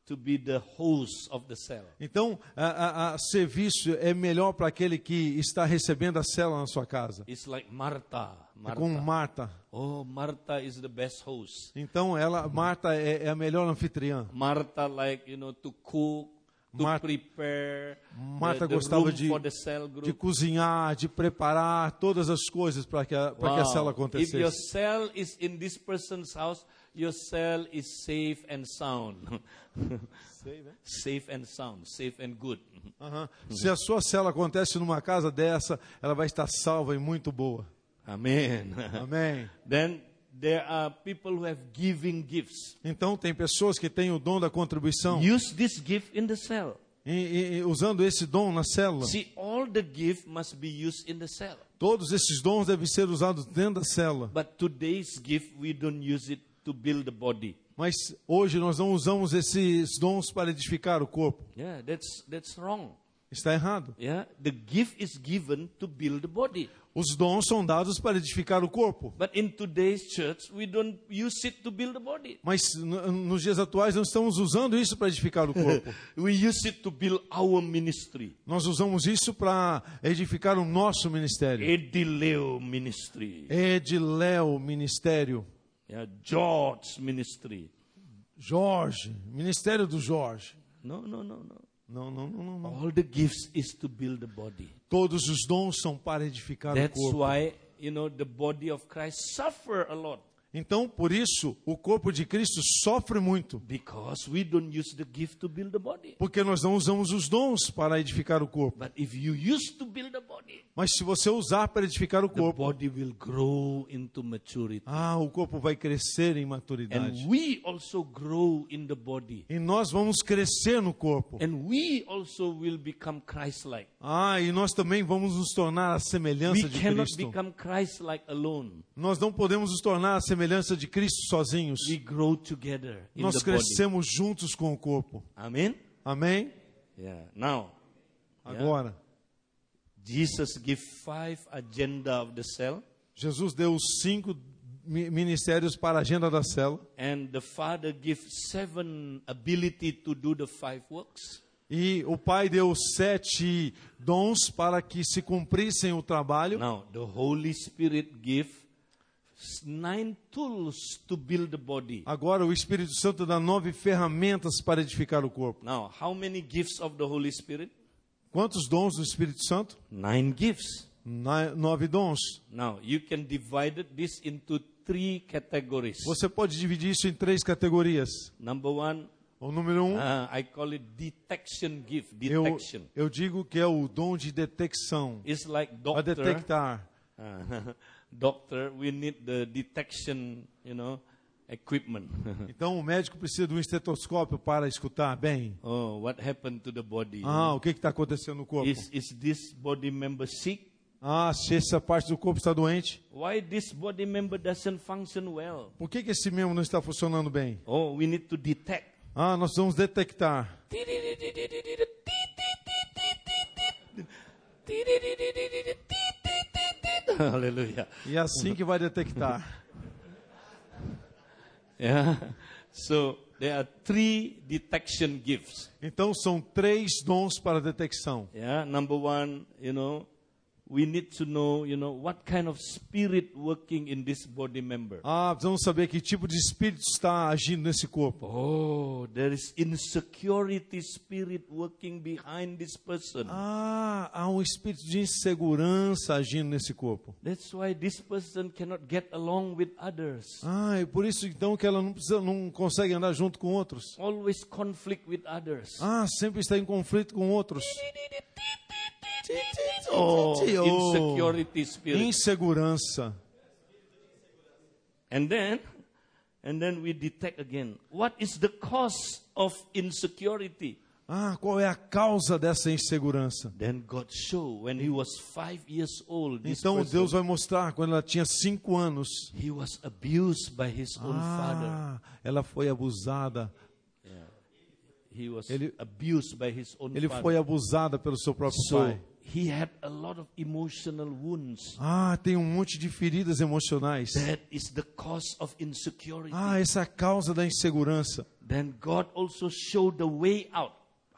Speaker 1: to be the host of the cell.
Speaker 2: Então, a, a- a serviço é melhor para aquele que está recebendo a célula na sua casa.
Speaker 1: It's like Martha.
Speaker 2: É
Speaker 1: Martha.
Speaker 2: com Marta.
Speaker 1: Oh, Martha is the best host.
Speaker 2: Então, ela, Marta é, é a melhor anfitriã.
Speaker 1: Martha like, you know, to cook, to
Speaker 2: Mar-
Speaker 1: prepare
Speaker 2: Martha
Speaker 1: the, the
Speaker 2: gostava
Speaker 1: room
Speaker 2: de-
Speaker 1: for the cell
Speaker 2: De
Speaker 1: group.
Speaker 2: cozinhar, de preparar todas as coisas para que a, para que a
Speaker 1: Wow.
Speaker 2: célula
Speaker 1: If your
Speaker 2: acontecesse.
Speaker 1: cell is in this person's house, your cell is safe and sound. safe and sound, safe and good.
Speaker 2: Aham. Se a sua célula acontece numa casa dessa, ela vai estar salva e muito boa.
Speaker 1: Amen.
Speaker 2: Amém.
Speaker 1: then there are people who have giving gifts.
Speaker 2: Então, tem pessoas que têm o dom da contribuição
Speaker 1: Use this gift in the cell.
Speaker 2: e, e- e usando esse dom na célula.
Speaker 1: See, all the gift must be used in the cell.
Speaker 2: Todos esses dons devem ser usados dentro da célula.
Speaker 1: But today's gift, we don't use it to build the body.
Speaker 2: Mas hoje nós não usamos esses dons para edificar o corpo.
Speaker 1: Yeah, that's that's wrong.
Speaker 2: Está errado.
Speaker 1: Yeah, the gift is given to build the body.
Speaker 2: Os dons são dados para edificar o corpo.
Speaker 1: But in today's church, we don't use it to build the body.
Speaker 2: Mas n- nos dias atuais não estamos usando isso para edificar o corpo.
Speaker 1: We use it to build our ministry.
Speaker 2: nós usamos isso para edificar o nosso ministério.
Speaker 1: Edileo ministry.
Speaker 2: Edileu, ministério.
Speaker 1: Yeah, George ministry.
Speaker 2: Jorge, ministério do Jorge.
Speaker 1: No, no, no, no.
Speaker 2: Não, não, não, não. não.
Speaker 1: All the gifts is to build the body.
Speaker 2: Todos os dons são para edificar
Speaker 1: That's
Speaker 2: o corpo.
Speaker 1: why you know the body of Christ suffer a lot
Speaker 2: Então, por isso, o corpo de Cristo sofre muito.
Speaker 1: because we don't use the gift to build the body.
Speaker 2: Porque nós não usamos os dons para edificar o corpo.
Speaker 1: But if you use to build the body,
Speaker 2: Mas se você usar para edificar o
Speaker 1: the
Speaker 2: corpo,
Speaker 1: body will grow into maturity.
Speaker 2: ah, o corpo vai crescer em maturidade.
Speaker 1: And we also grow in the body.
Speaker 2: E nós vamos crescer no corpo.
Speaker 1: And we also will become Christ like.
Speaker 2: Ah, e nós também vamos nos tornar a
Speaker 1: We
Speaker 2: semelhança de
Speaker 1: cannot
Speaker 2: Cristo.
Speaker 1: become Christ like alone.
Speaker 2: Nós não podemos nos tornar a semelhança de Cristo sozinhos.
Speaker 1: We grow together in
Speaker 2: Nós
Speaker 1: the body.
Speaker 2: crescemos juntos com o corpo.
Speaker 1: Amen?
Speaker 2: Amém?
Speaker 1: Yeah. Now,
Speaker 2: Agora,
Speaker 1: Jesus give five agenda of the cell.
Speaker 2: Jesus deu os cinco mi- ministérios para a agenda da célula.
Speaker 1: And the Father gives seven ability to do the five works.
Speaker 2: E o Pai deu sete dons para que se cumprissem o trabalho.
Speaker 1: Now the Holy Spirit gives nine tools to build the body.
Speaker 2: Agora o Espírito Santo dá nove ferramentas para edificar o corpo.
Speaker 1: Now, how many gifts of the Holy Spirit?
Speaker 2: Quantos dons do Espírito Santo?
Speaker 1: Nine gifts.
Speaker 2: Na- nove dons.
Speaker 1: Now you can divide it- this into three categories.
Speaker 2: Você pode dividir isso em três categorias.
Speaker 1: Number one,
Speaker 2: O número um,
Speaker 1: uh, I call it detection gift.
Speaker 2: eu,
Speaker 1: Detection.
Speaker 2: eu digo que é o dom de detecção.
Speaker 1: It's like
Speaker 2: Para
Speaker 1: doctor.
Speaker 2: detectar.
Speaker 1: Uh, doctor, we need the detection, you know, equipment.
Speaker 2: Então o médico precisa de um estetoscópio para escutar bem.
Speaker 1: oh, what happened to the body?
Speaker 2: Ah, o que está acontecendo no corpo?
Speaker 1: Is is this body member sick?
Speaker 2: Ah, se essa parte do corpo está doente,
Speaker 1: Why this body member doesn't function well?
Speaker 2: por que, que esse membro não está funcionando bem?
Speaker 1: Oh, we need to detect.
Speaker 2: Ah, nós vamos detectar.
Speaker 1: Hallelujah.
Speaker 2: E é assim que vai detectar.
Speaker 1: Yeah. So there are three detection gifts.
Speaker 2: Então são três dons para detecção.
Speaker 1: Yeah. Number one, you know, we need to know, you know, what kind of spirit working in this body member.
Speaker 2: Ah, precisamos saber que tipo de espírito está agindo nesse corpo.
Speaker 1: Oh, there is insecurity spirit working behind this person.
Speaker 2: Ah, há um espírito de insegurança agindo nesse corpo.
Speaker 1: That's why this person cannot get along with others.
Speaker 2: Ah, e por isso então que ela não, precisa, não consegue andar junto com outros.
Speaker 1: Always conflict with others.
Speaker 2: Ah, sempre está em conflito com outros.
Speaker 1: Oh,
Speaker 2: Tio.
Speaker 1: insecurity spirit.
Speaker 2: Insegurança.
Speaker 1: And then, and then we detect again what is the cause of insecurity.
Speaker 2: Ah, qual é a causa dessa insegurança?
Speaker 1: Then God showed when he was five years old, this
Speaker 2: Então
Speaker 1: person,
Speaker 2: Deus vai mostrar quando ela tinha cinco anos.
Speaker 1: he was abused by his own father.
Speaker 2: Ah, ela foi abusada.
Speaker 1: He was
Speaker 2: Ele-
Speaker 1: abused by his own
Speaker 2: Ele
Speaker 1: father.
Speaker 2: foi abusado pelo seu próprio
Speaker 1: so
Speaker 2: pai.
Speaker 1: he had a lot of emotional wounds.
Speaker 2: Ah, tem um monte de feridas emocionais.
Speaker 1: That is the cause of insecurity.
Speaker 2: Ah, essa é a causa da insegurança.
Speaker 1: Then God also showed the way out,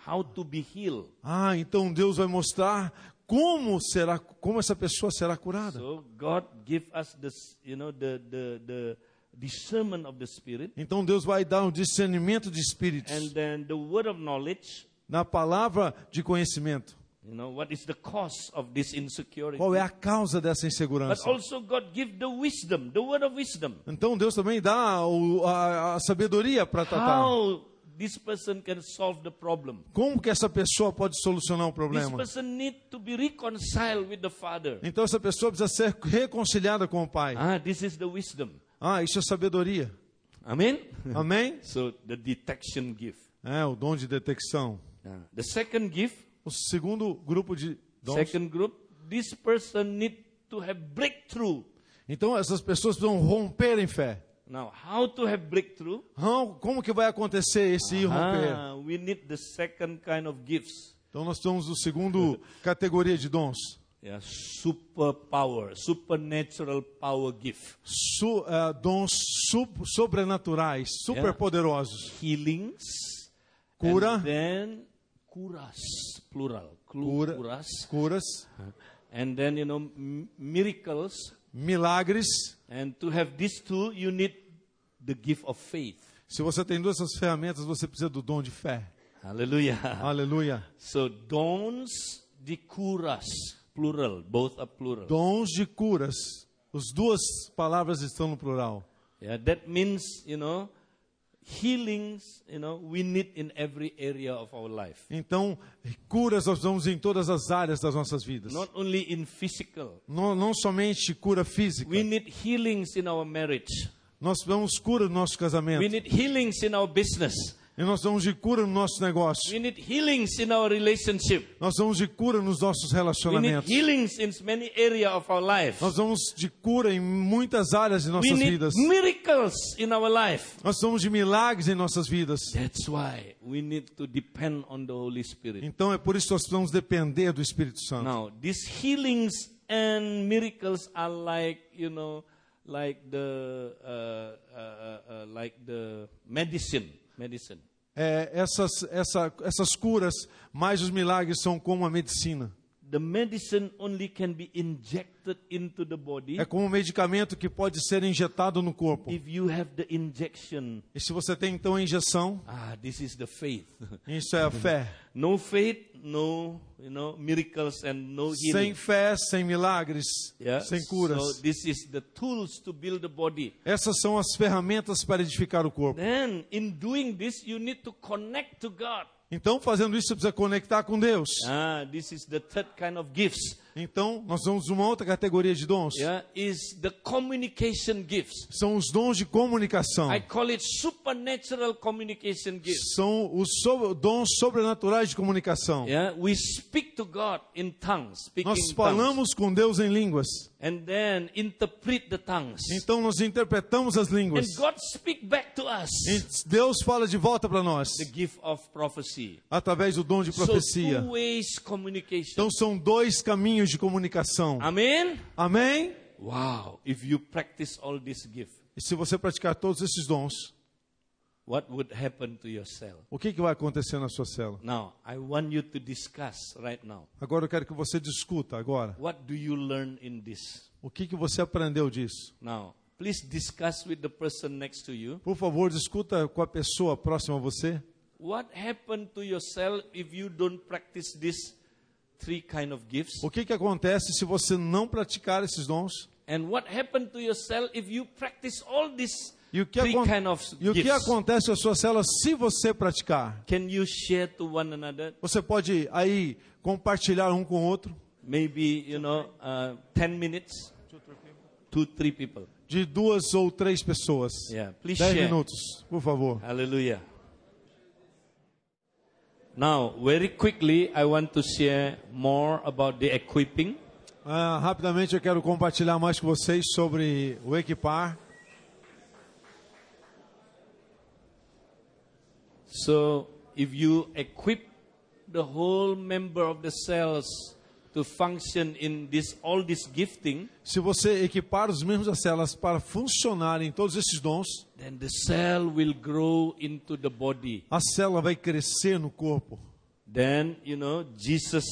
Speaker 1: how to be healed.
Speaker 2: Ah, então Deus vai mostrar como será, como essa pessoa será curada.
Speaker 1: So God give us this, you know, the the the discernment of the Spirit,
Speaker 2: Então Deus vai dar um discernimento de espíritos
Speaker 1: and then the word of knowledge.
Speaker 2: na palavra de conhecimento.
Speaker 1: You know what is the cause of this insecurity?
Speaker 2: Qual é a causa dessa
Speaker 1: But
Speaker 2: insegurança?
Speaker 1: also God give the wisdom, the word of wisdom,
Speaker 2: Então Deus também dá o- a, a sabedoria para tratar.
Speaker 1: how this person can solve the problem.
Speaker 2: Como que essa pessoa pode solucionar o
Speaker 1: This
Speaker 2: problema?
Speaker 1: person need to be reconciled with the Father.
Speaker 2: Então essa pessoa precisa ser reconciliada com o Pai.
Speaker 1: Ah, this is the wisdom.
Speaker 2: Ah, isso é sabedoria.
Speaker 1: Amen.
Speaker 2: Amém?
Speaker 1: So the detection gift.
Speaker 2: É o dom de detecção.
Speaker 1: Ah, The second gift
Speaker 2: O segundo grupo de dons.
Speaker 1: Second group, this person need to have breakthrough.
Speaker 2: Então essas pessoas precisam romper em fé.
Speaker 1: Now, how to have breakthrough?
Speaker 2: Não, Como que vai acontecer esse romper?
Speaker 1: Ah, we need the second kind of gifts.
Speaker 2: Então nós estamos no segundo categoria de dons.
Speaker 1: Yeah, superpower, supernatural power gift.
Speaker 2: Su- ah, dons sub- sobrenaturais,
Speaker 1: É.
Speaker 2: superpoderosos.
Speaker 1: Healings.
Speaker 2: Cura.
Speaker 1: And then curas, plural. Clu-
Speaker 2: Cura,
Speaker 1: Curas.
Speaker 2: curas,
Speaker 1: And then, you know, m- miracles.
Speaker 2: milagres.
Speaker 1: And to have these two, you need the gift of faith.
Speaker 2: Se você tem duas essas ferramentas, você precisa do dom de fé.
Speaker 1: Hallelujah.
Speaker 2: Aleluia.
Speaker 1: So dons de curas, plural, both are plural.
Speaker 2: Dons de curas. As duas palavras estão no plural.
Speaker 1: Yeah, that means you know healings. You know we need in every area of our life,
Speaker 2: Então, curas nós vamos em todas as áreas das nossas vidas.
Speaker 1: not only in physical.
Speaker 2: Não, não somente cura física.
Speaker 1: We need healings in our marriage.
Speaker 2: Nós damos cura no nosso casamento.
Speaker 1: We need healings in our business.
Speaker 2: E nós damos de cura no nosso negócio.
Speaker 1: We need healings in our relationship.
Speaker 2: Nós damos de cura nos nossos
Speaker 1: We need
Speaker 2: relacionamentos.
Speaker 1: healings in many area of our life.
Speaker 2: Nós damos de cura em muitas áreas de
Speaker 1: We
Speaker 2: nossas
Speaker 1: need
Speaker 2: vidas.
Speaker 1: miracles in our life.
Speaker 2: Nós damos de milagres em nossas vidas.
Speaker 1: That's why we need to depend on the Holy Spirit.
Speaker 2: Então é por isso que nós precisamos depender do Espírito Santo.
Speaker 1: Now, these healings and miracles are like, you know, like the uh, uh, uh, uh, like the medicine, medicine.
Speaker 2: É, essas, essa, essas curas, mais os milagres, são como a medicina.
Speaker 1: The medicine only can be injected into the body
Speaker 2: É como um medicamento que pode ser injetado no corpo.
Speaker 1: if you have the injection.
Speaker 2: E se você tem então a injeção,
Speaker 1: Ah, this is the faith.
Speaker 2: isso é a fé.
Speaker 1: no faith, no, you know, miracles and no
Speaker 2: Sem
Speaker 1: healing.
Speaker 2: fé, sem milagres,
Speaker 1: Yeah?
Speaker 2: sem curas.
Speaker 1: So this is the tools to build the body.
Speaker 2: Essas são as ferramentas para edificar o corpo.
Speaker 1: Then, in doing this, you need to connect to God.
Speaker 2: Então, fazendo isso, você precisa conectar com Deus.
Speaker 1: Ah, this is the third kind of gifts.
Speaker 2: Então, nós vamos uma outra categoria de dons.
Speaker 1: Yeah, is the communication gifts.
Speaker 2: São os dons de comunicação.
Speaker 1: I call it supernatural communication gifts.
Speaker 2: São os so- dons sobrenaturais de comunicação.
Speaker 1: Yeah, we speak to God in tongues, speaking
Speaker 2: Nós
Speaker 1: in tongues,
Speaker 2: falamos com Deus em línguas.
Speaker 1: and then interpret the tongues.
Speaker 2: Então, nós interpretamos as
Speaker 1: And
Speaker 2: línguas.
Speaker 1: God speak back to us
Speaker 2: E Deus fala de volta para nós
Speaker 1: the gift of prophecy.
Speaker 2: através do dom de
Speaker 1: So two
Speaker 2: profecia.
Speaker 1: ways communication.
Speaker 2: Então, são dois caminhos de comunicação.
Speaker 1: Amen.
Speaker 2: Amém?
Speaker 1: Wow, if you practice all this gift,
Speaker 2: E se você praticar todos esses dons,
Speaker 1: what would happen to your cell.
Speaker 2: O que, que vai acontecer na sua célula?
Speaker 1: Now, I want you to discuss right now.
Speaker 2: Agora eu quero que você discuta agora.
Speaker 1: What do you learn in this?
Speaker 2: O que, que você aprendeu disso?
Speaker 1: Now, please discuss with the person next to you.
Speaker 2: Por favor, discuta com a pessoa próxima a você.
Speaker 1: What happened to your cell if you don't practice these three kind of gifts?
Speaker 2: O que, que acontece se você não praticar esses dons?
Speaker 1: And what happened to your cell if you practice all these
Speaker 2: E o que,
Speaker 1: three
Speaker 2: acon-
Speaker 1: kind of
Speaker 2: e o que
Speaker 1: gifts?
Speaker 2: acontece à sua célula se você praticar?
Speaker 1: Can you share to one another?
Speaker 2: Você pode aí compartilhar um com o outro,
Speaker 1: Maybe, you know, uh, 10 minutes? Two, three people.
Speaker 2: de duas ou três pessoas.
Speaker 1: Yeah, please
Speaker 2: Dez
Speaker 1: share.
Speaker 2: minutos, por favor.
Speaker 1: Hallelujah. Now, very quickly, I want to share more about the equipping.
Speaker 2: Ah, rapidamente eu quero compartilhar mais com vocês sobre o equipar.
Speaker 1: So, if you equip the whole member of the cells to function in this all this gifting,
Speaker 2: Se você equipar os membros das células para funcionarem todos esses dons,
Speaker 1: then the cell will grow into the body.
Speaker 2: a célula vai crescer no corpo.
Speaker 1: Then, you know, Jesus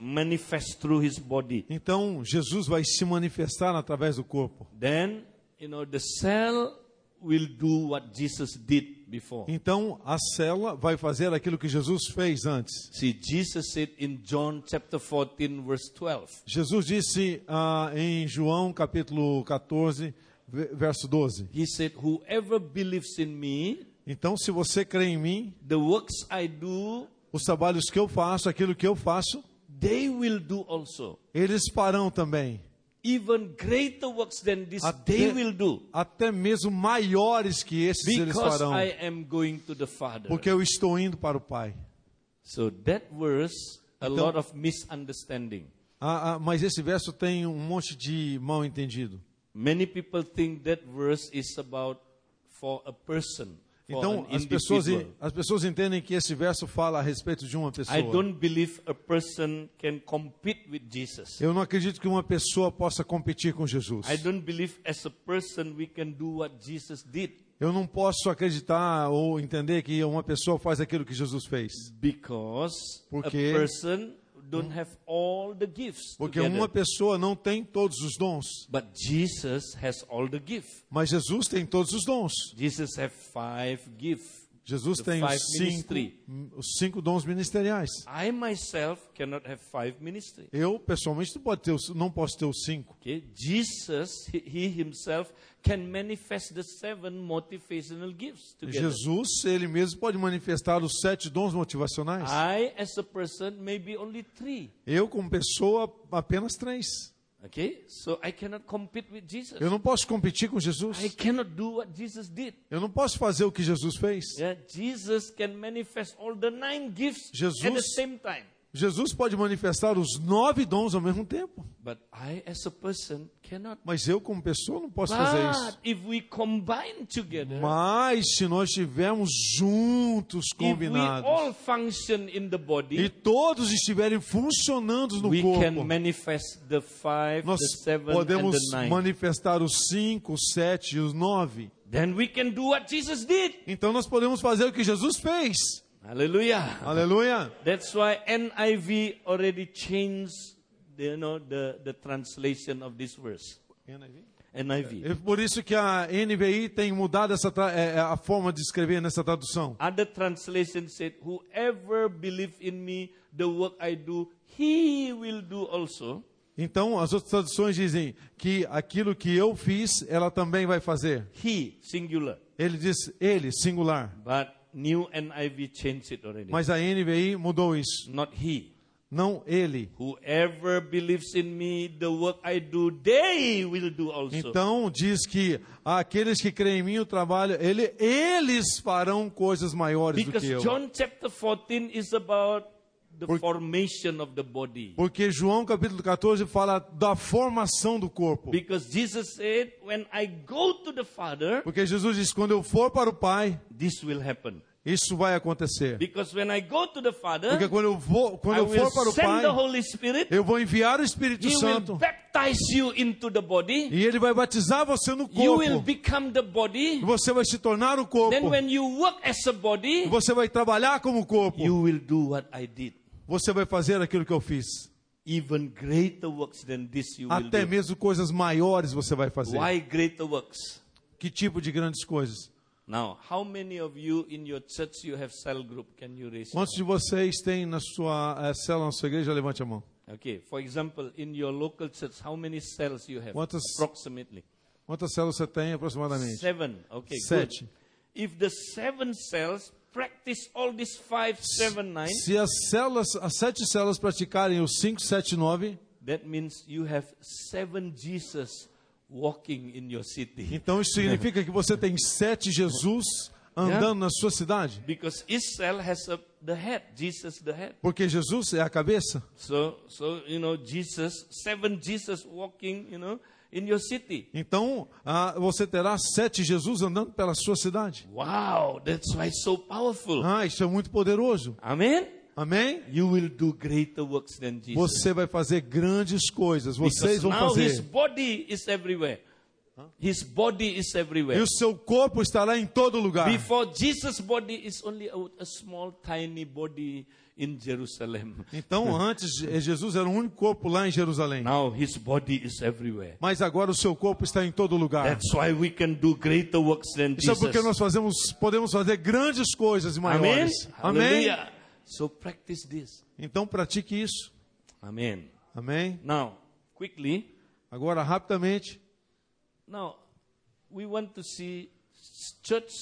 Speaker 1: manifests through his body.
Speaker 2: Então Jesus vai se manifestar através do corpo.
Speaker 1: Then, you know, the cell will do what Jesus did before.
Speaker 2: Então a célula vai fazer aquilo que Jesus fez antes.
Speaker 1: See, Jesus said in John chapter 14, verse 12,
Speaker 2: Jesus disse ah, em João capítulo 14, ve- verso 12:
Speaker 1: He said, Whoever believes in me,
Speaker 2: Então, se você crê em mim,
Speaker 1: the works I do,
Speaker 2: os trabalhos que eu faço, aquilo que eu faço,
Speaker 1: they will do also.
Speaker 2: eles farão também.
Speaker 1: Even greater works than this, they
Speaker 2: Até,
Speaker 1: will do.
Speaker 2: até mesmo maiores que esses eles
Speaker 1: Because
Speaker 2: farão,
Speaker 1: I am going to the Father.
Speaker 2: porque eu estou indo para o Pai.
Speaker 1: So that verse, a
Speaker 2: Então-
Speaker 1: lot of misunderstanding.
Speaker 2: Ah, ah, mas esse verso tem um monte de mal entendido.
Speaker 1: Many people think that verse is about for a person, for
Speaker 2: Então,
Speaker 1: an
Speaker 2: as pessoas,
Speaker 1: individual.
Speaker 2: as pessoas entendem que esse verso fala a respeito de uma
Speaker 1: I
Speaker 2: pessoa.
Speaker 1: don't believe a person can compete with Jesus.
Speaker 2: Eu não acredito que uma pessoa possa competir com Jesus.
Speaker 1: I don't believe as a person we can do what Jesus did
Speaker 2: Eu não posso acreditar ou entender que uma pessoa faz aquilo que Jesus fez.
Speaker 1: because
Speaker 2: Porque-
Speaker 1: a person don't have all the gifts
Speaker 2: Porque
Speaker 1: together.
Speaker 2: uma pessoa não tem todos os dons,
Speaker 1: But Jesus has all the gift.
Speaker 2: mas Jesus tem todos os dons.
Speaker 1: Jesus have five gifts.
Speaker 2: Jesus
Speaker 1: The
Speaker 2: tem os
Speaker 1: five
Speaker 2: cinco,
Speaker 1: ministry.
Speaker 2: os cinco dons ministeriais.
Speaker 1: I myself cannot have five ministry.
Speaker 2: Eu, pessoalmente, não, pode ter os- não posso ter os cinco.
Speaker 1: Okay, Jesus, he, he himself can manifest the seven motivational gifts together.
Speaker 2: Jesus, ele mesmo pode manifestar os sete dons motivacionais.
Speaker 1: I, as a person, maybe only three.
Speaker 2: Eu, como pessoa, apenas três.
Speaker 1: Okay, so I cannot compete with Jesus.
Speaker 2: Eu não posso competir com Jesus.
Speaker 1: I cannot do what Jesus did.
Speaker 2: Eu não posso fazer o que Jesus fez.
Speaker 1: Yeah, Jesus can manifest all the nine gifts at the
Speaker 2: Jesus-
Speaker 1: same time.
Speaker 2: Jesus pode manifestar os nove dons ao mesmo tempo.
Speaker 1: But I, as a person, cannot.
Speaker 2: Mas eu, como pessoa, não posso fazer
Speaker 1: But
Speaker 2: isso.
Speaker 1: if we combine together,
Speaker 2: Mas se nós estivermos juntos,
Speaker 1: if we
Speaker 2: combinados,
Speaker 1: all function in the
Speaker 2: e
Speaker 1: body,
Speaker 2: todos estiverem funcionando no
Speaker 1: we can
Speaker 2: corpo,
Speaker 1: manifest the five,
Speaker 2: nós
Speaker 1: the seven, and
Speaker 2: podemos
Speaker 1: the nine.
Speaker 2: manifestar os cinco, os sete e os nove.
Speaker 1: Then we can do what Jesus did.
Speaker 2: Então nós podemos fazer o que Jesus fez.
Speaker 1: Hallelujah.
Speaker 2: Aleluia!
Speaker 1: That's why NIV already changed the, you know, the, the translation of this verse. NIV.
Speaker 2: É por isso que a NVI tem mudado essa tra- é, é, a forma de escrever nessa tradução.
Speaker 1: Other translation said, Whoever believes in me, the work I do, he will do also.
Speaker 2: Então, as outras traduções dizem que aquilo que eu fiz, ela também vai fazer.
Speaker 1: He, singular.
Speaker 2: Ele diz ele, singular.
Speaker 1: But new NIV changed it already.
Speaker 2: Mas a NVI mudou isso.
Speaker 1: Not he.
Speaker 2: Não ele.
Speaker 1: Whoever believes in me, the work I do, they will do also.
Speaker 2: Então, diz que aqueles que creem em mim o trabalho, ele, eles farão coisas maiores do
Speaker 1: Because
Speaker 2: que eu.
Speaker 1: John chapter 14 is about the
Speaker 2: Por-
Speaker 1: formation of the body.
Speaker 2: Porque João capítulo 14 fala da formação do corpo.
Speaker 1: Because Jesus said, When I go to the Father,
Speaker 2: Porque Jesus diz: quando eu for para o Pai,
Speaker 1: this will happen.
Speaker 2: Isso vai acontecer.
Speaker 1: Because when I go to the Father,
Speaker 2: Porque quando eu vou, quando
Speaker 1: I
Speaker 2: eu
Speaker 1: will
Speaker 2: for para o
Speaker 1: send
Speaker 2: Pai,
Speaker 1: the Holy Spirit.
Speaker 2: eu vou enviar o Espírito
Speaker 1: He will
Speaker 2: Santo
Speaker 1: baptize you into the body.
Speaker 2: e ele vai batizar você no
Speaker 1: You will
Speaker 2: corpo.
Speaker 1: become the body.
Speaker 2: Você vai se tornar o corpo.
Speaker 1: Then when you work as a body,
Speaker 2: Você vai trabalhar como corpo.
Speaker 1: you will do what I did.
Speaker 2: Você vai fazer aquilo que eu fiz.
Speaker 1: Even greater works than this you will
Speaker 2: Até
Speaker 1: do.
Speaker 2: mesmo coisas maiores você vai fazer.
Speaker 1: Why greater works?
Speaker 2: Que tipo de grandes coisas?
Speaker 1: Now, how many of you in your church you have cell group? Can you raise? your
Speaker 2: Quantos de vocês têm na sua eh, célula, na sua igreja? Levante a mão.
Speaker 1: hand? Okay. For example, in your local church, how many cells you have?
Speaker 2: Quantas-
Speaker 1: Approximately
Speaker 2: Quantas células você tem aproximadamente?
Speaker 1: seven. Okay.
Speaker 2: Sete.
Speaker 1: Good. If the seven cells practice all these five, seven, nine,
Speaker 2: Se as células, as sete células praticarem o 5, 7, 9,
Speaker 1: That means you have seven Jesus walking in your city.
Speaker 2: então isso significa que você tem sete Jesus andando na sua cidade.
Speaker 1: Because each cell has a, the head, Jesus the head.
Speaker 2: Porque Jesus é a cabeça.
Speaker 1: So, so you know, Jesus, seven Jesus walking, you know, in your city.
Speaker 2: Então ah, você terá sete Jesus andando pela sua cidade.
Speaker 1: Wow, that's why it's so powerful.
Speaker 2: Ah, isso é muito poderoso.
Speaker 1: Amen.
Speaker 2: Amém?
Speaker 1: You will do greater works than Jesus.
Speaker 2: Você vai fazer grandes coisas. Vocês
Speaker 1: Because
Speaker 2: vão
Speaker 1: now his
Speaker 2: fazer.
Speaker 1: body is everywhere. His body is
Speaker 2: E
Speaker 1: everywhere.
Speaker 2: o seu corpo estará em todo lugar.
Speaker 1: Before Jesus' body is only a, a small, tiny body in Jerusalem.
Speaker 2: Então, antes, eh, Jesus era o único corpo lá em Jerusalém.
Speaker 1: Now his body is everywhere.
Speaker 2: Mas agora o seu corpo está em todo lugar.
Speaker 1: That's why we can do greater works than
Speaker 2: Isso é porque
Speaker 1: Jesus.
Speaker 2: nós fazemos, podemos fazer grandes coisas e
Speaker 1: Amen.
Speaker 2: maiores. Amém?
Speaker 1: Hallelujah. So practice this.
Speaker 2: Então, pratique isso.
Speaker 1: Amen.
Speaker 2: Amém?
Speaker 1: Now, quickly.
Speaker 2: Agora, rapidamente,
Speaker 1: Now, we want to see church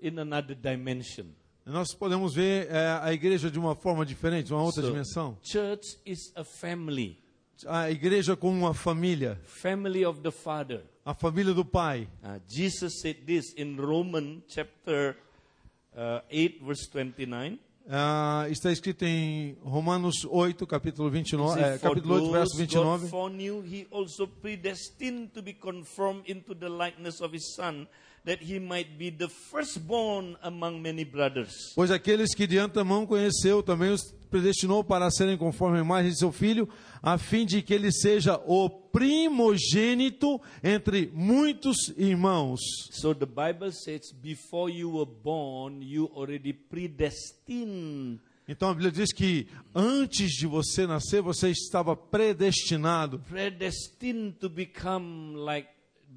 Speaker 1: in another dimension.
Speaker 2: nós podemos ver eh, a igreja de uma forma diferente, uma outra
Speaker 1: So,
Speaker 2: dimensão.
Speaker 1: Church is a family.
Speaker 2: a igreja como uma família,
Speaker 1: Family of the Father.
Speaker 2: a família do Pai.
Speaker 1: Uh, Jesus said this in Romans chapter uh, 8 verse 29.
Speaker 2: Ah, está escrito em Romanos 8, capítulo, 29,
Speaker 1: See,
Speaker 2: eh,
Speaker 1: for
Speaker 2: capítulo 8, verso e
Speaker 1: those God
Speaker 2: 29.
Speaker 1: foreknew, he also predestined to be conformed into the likeness of his son, that he might be the firstborn among many brothers.
Speaker 2: Pois aqueles que de antemão conheceu também os predestinou para serem conforme a imagem de seu filho, a fim de que ele seja o primogênito entre muitos irmãos.
Speaker 1: So the Bible says, before you were born, you already predestined.
Speaker 2: Então a Bíblia diz que antes de você nascer, você estava predestinado.
Speaker 1: Predestined to become like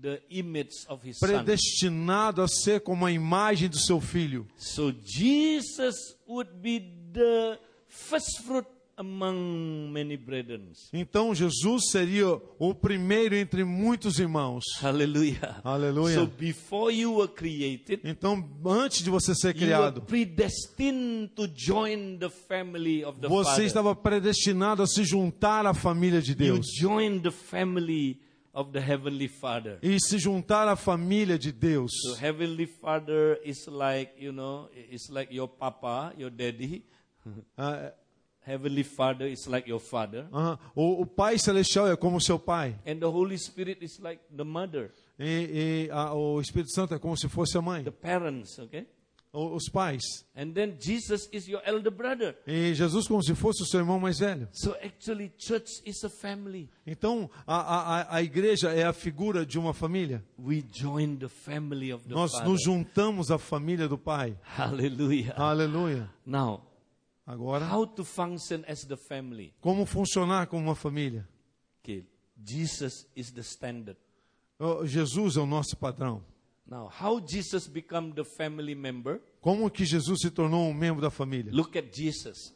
Speaker 1: the image of his son.
Speaker 2: Predestinado a ser como a imagem do seu filho.
Speaker 1: So Jesus would be the first fruit among many brethren.
Speaker 2: Então Jesus seria o primeiro entre muitos irmãos.
Speaker 1: Hallelujah.
Speaker 2: Hallelujah.
Speaker 1: So before you were created,
Speaker 2: Então, antes de você ser
Speaker 1: you were
Speaker 2: criado,
Speaker 1: predestined to join the family of the
Speaker 2: você
Speaker 1: Father.
Speaker 2: estava predestinado a se juntar à família de
Speaker 1: You
Speaker 2: Deus
Speaker 1: joined the family of the Heavenly Father.
Speaker 2: e se juntar à família de Deus.
Speaker 1: So Heavenly Father is like, you know, it's like your papa, your daddy.
Speaker 2: Ah, é,
Speaker 1: Heavenly Father is like your father.
Speaker 2: aham. o, o Pai Celestial é como seu Pai
Speaker 1: And the Holy Spirit is like the mother,
Speaker 2: e, e a- o Espírito Santo é como se fosse a mãe,
Speaker 1: the parents, okay?
Speaker 2: o- os pais.
Speaker 1: And then Jesus is your elder brother.
Speaker 2: E Jesus como se fosse o seu irmão mais velho.
Speaker 1: So actually church is a family.
Speaker 2: Então, a, a- a, a igreja é a figura de uma família.
Speaker 1: We join the family of the
Speaker 2: Nós
Speaker 1: Father.
Speaker 2: nos juntamos à família do Pai.
Speaker 1: Hallelujah.
Speaker 2: Aleluia.
Speaker 1: Now,
Speaker 2: Agora,
Speaker 1: how to function as the family?
Speaker 2: como funcionar como uma família?
Speaker 1: Okay, Jesus is the standard.
Speaker 2: Oh, Jesus é o nosso padrão.
Speaker 1: Now, how Jesus become the family member?
Speaker 2: Como que Jesus se tornou um membro da família?
Speaker 1: Look at Jesus.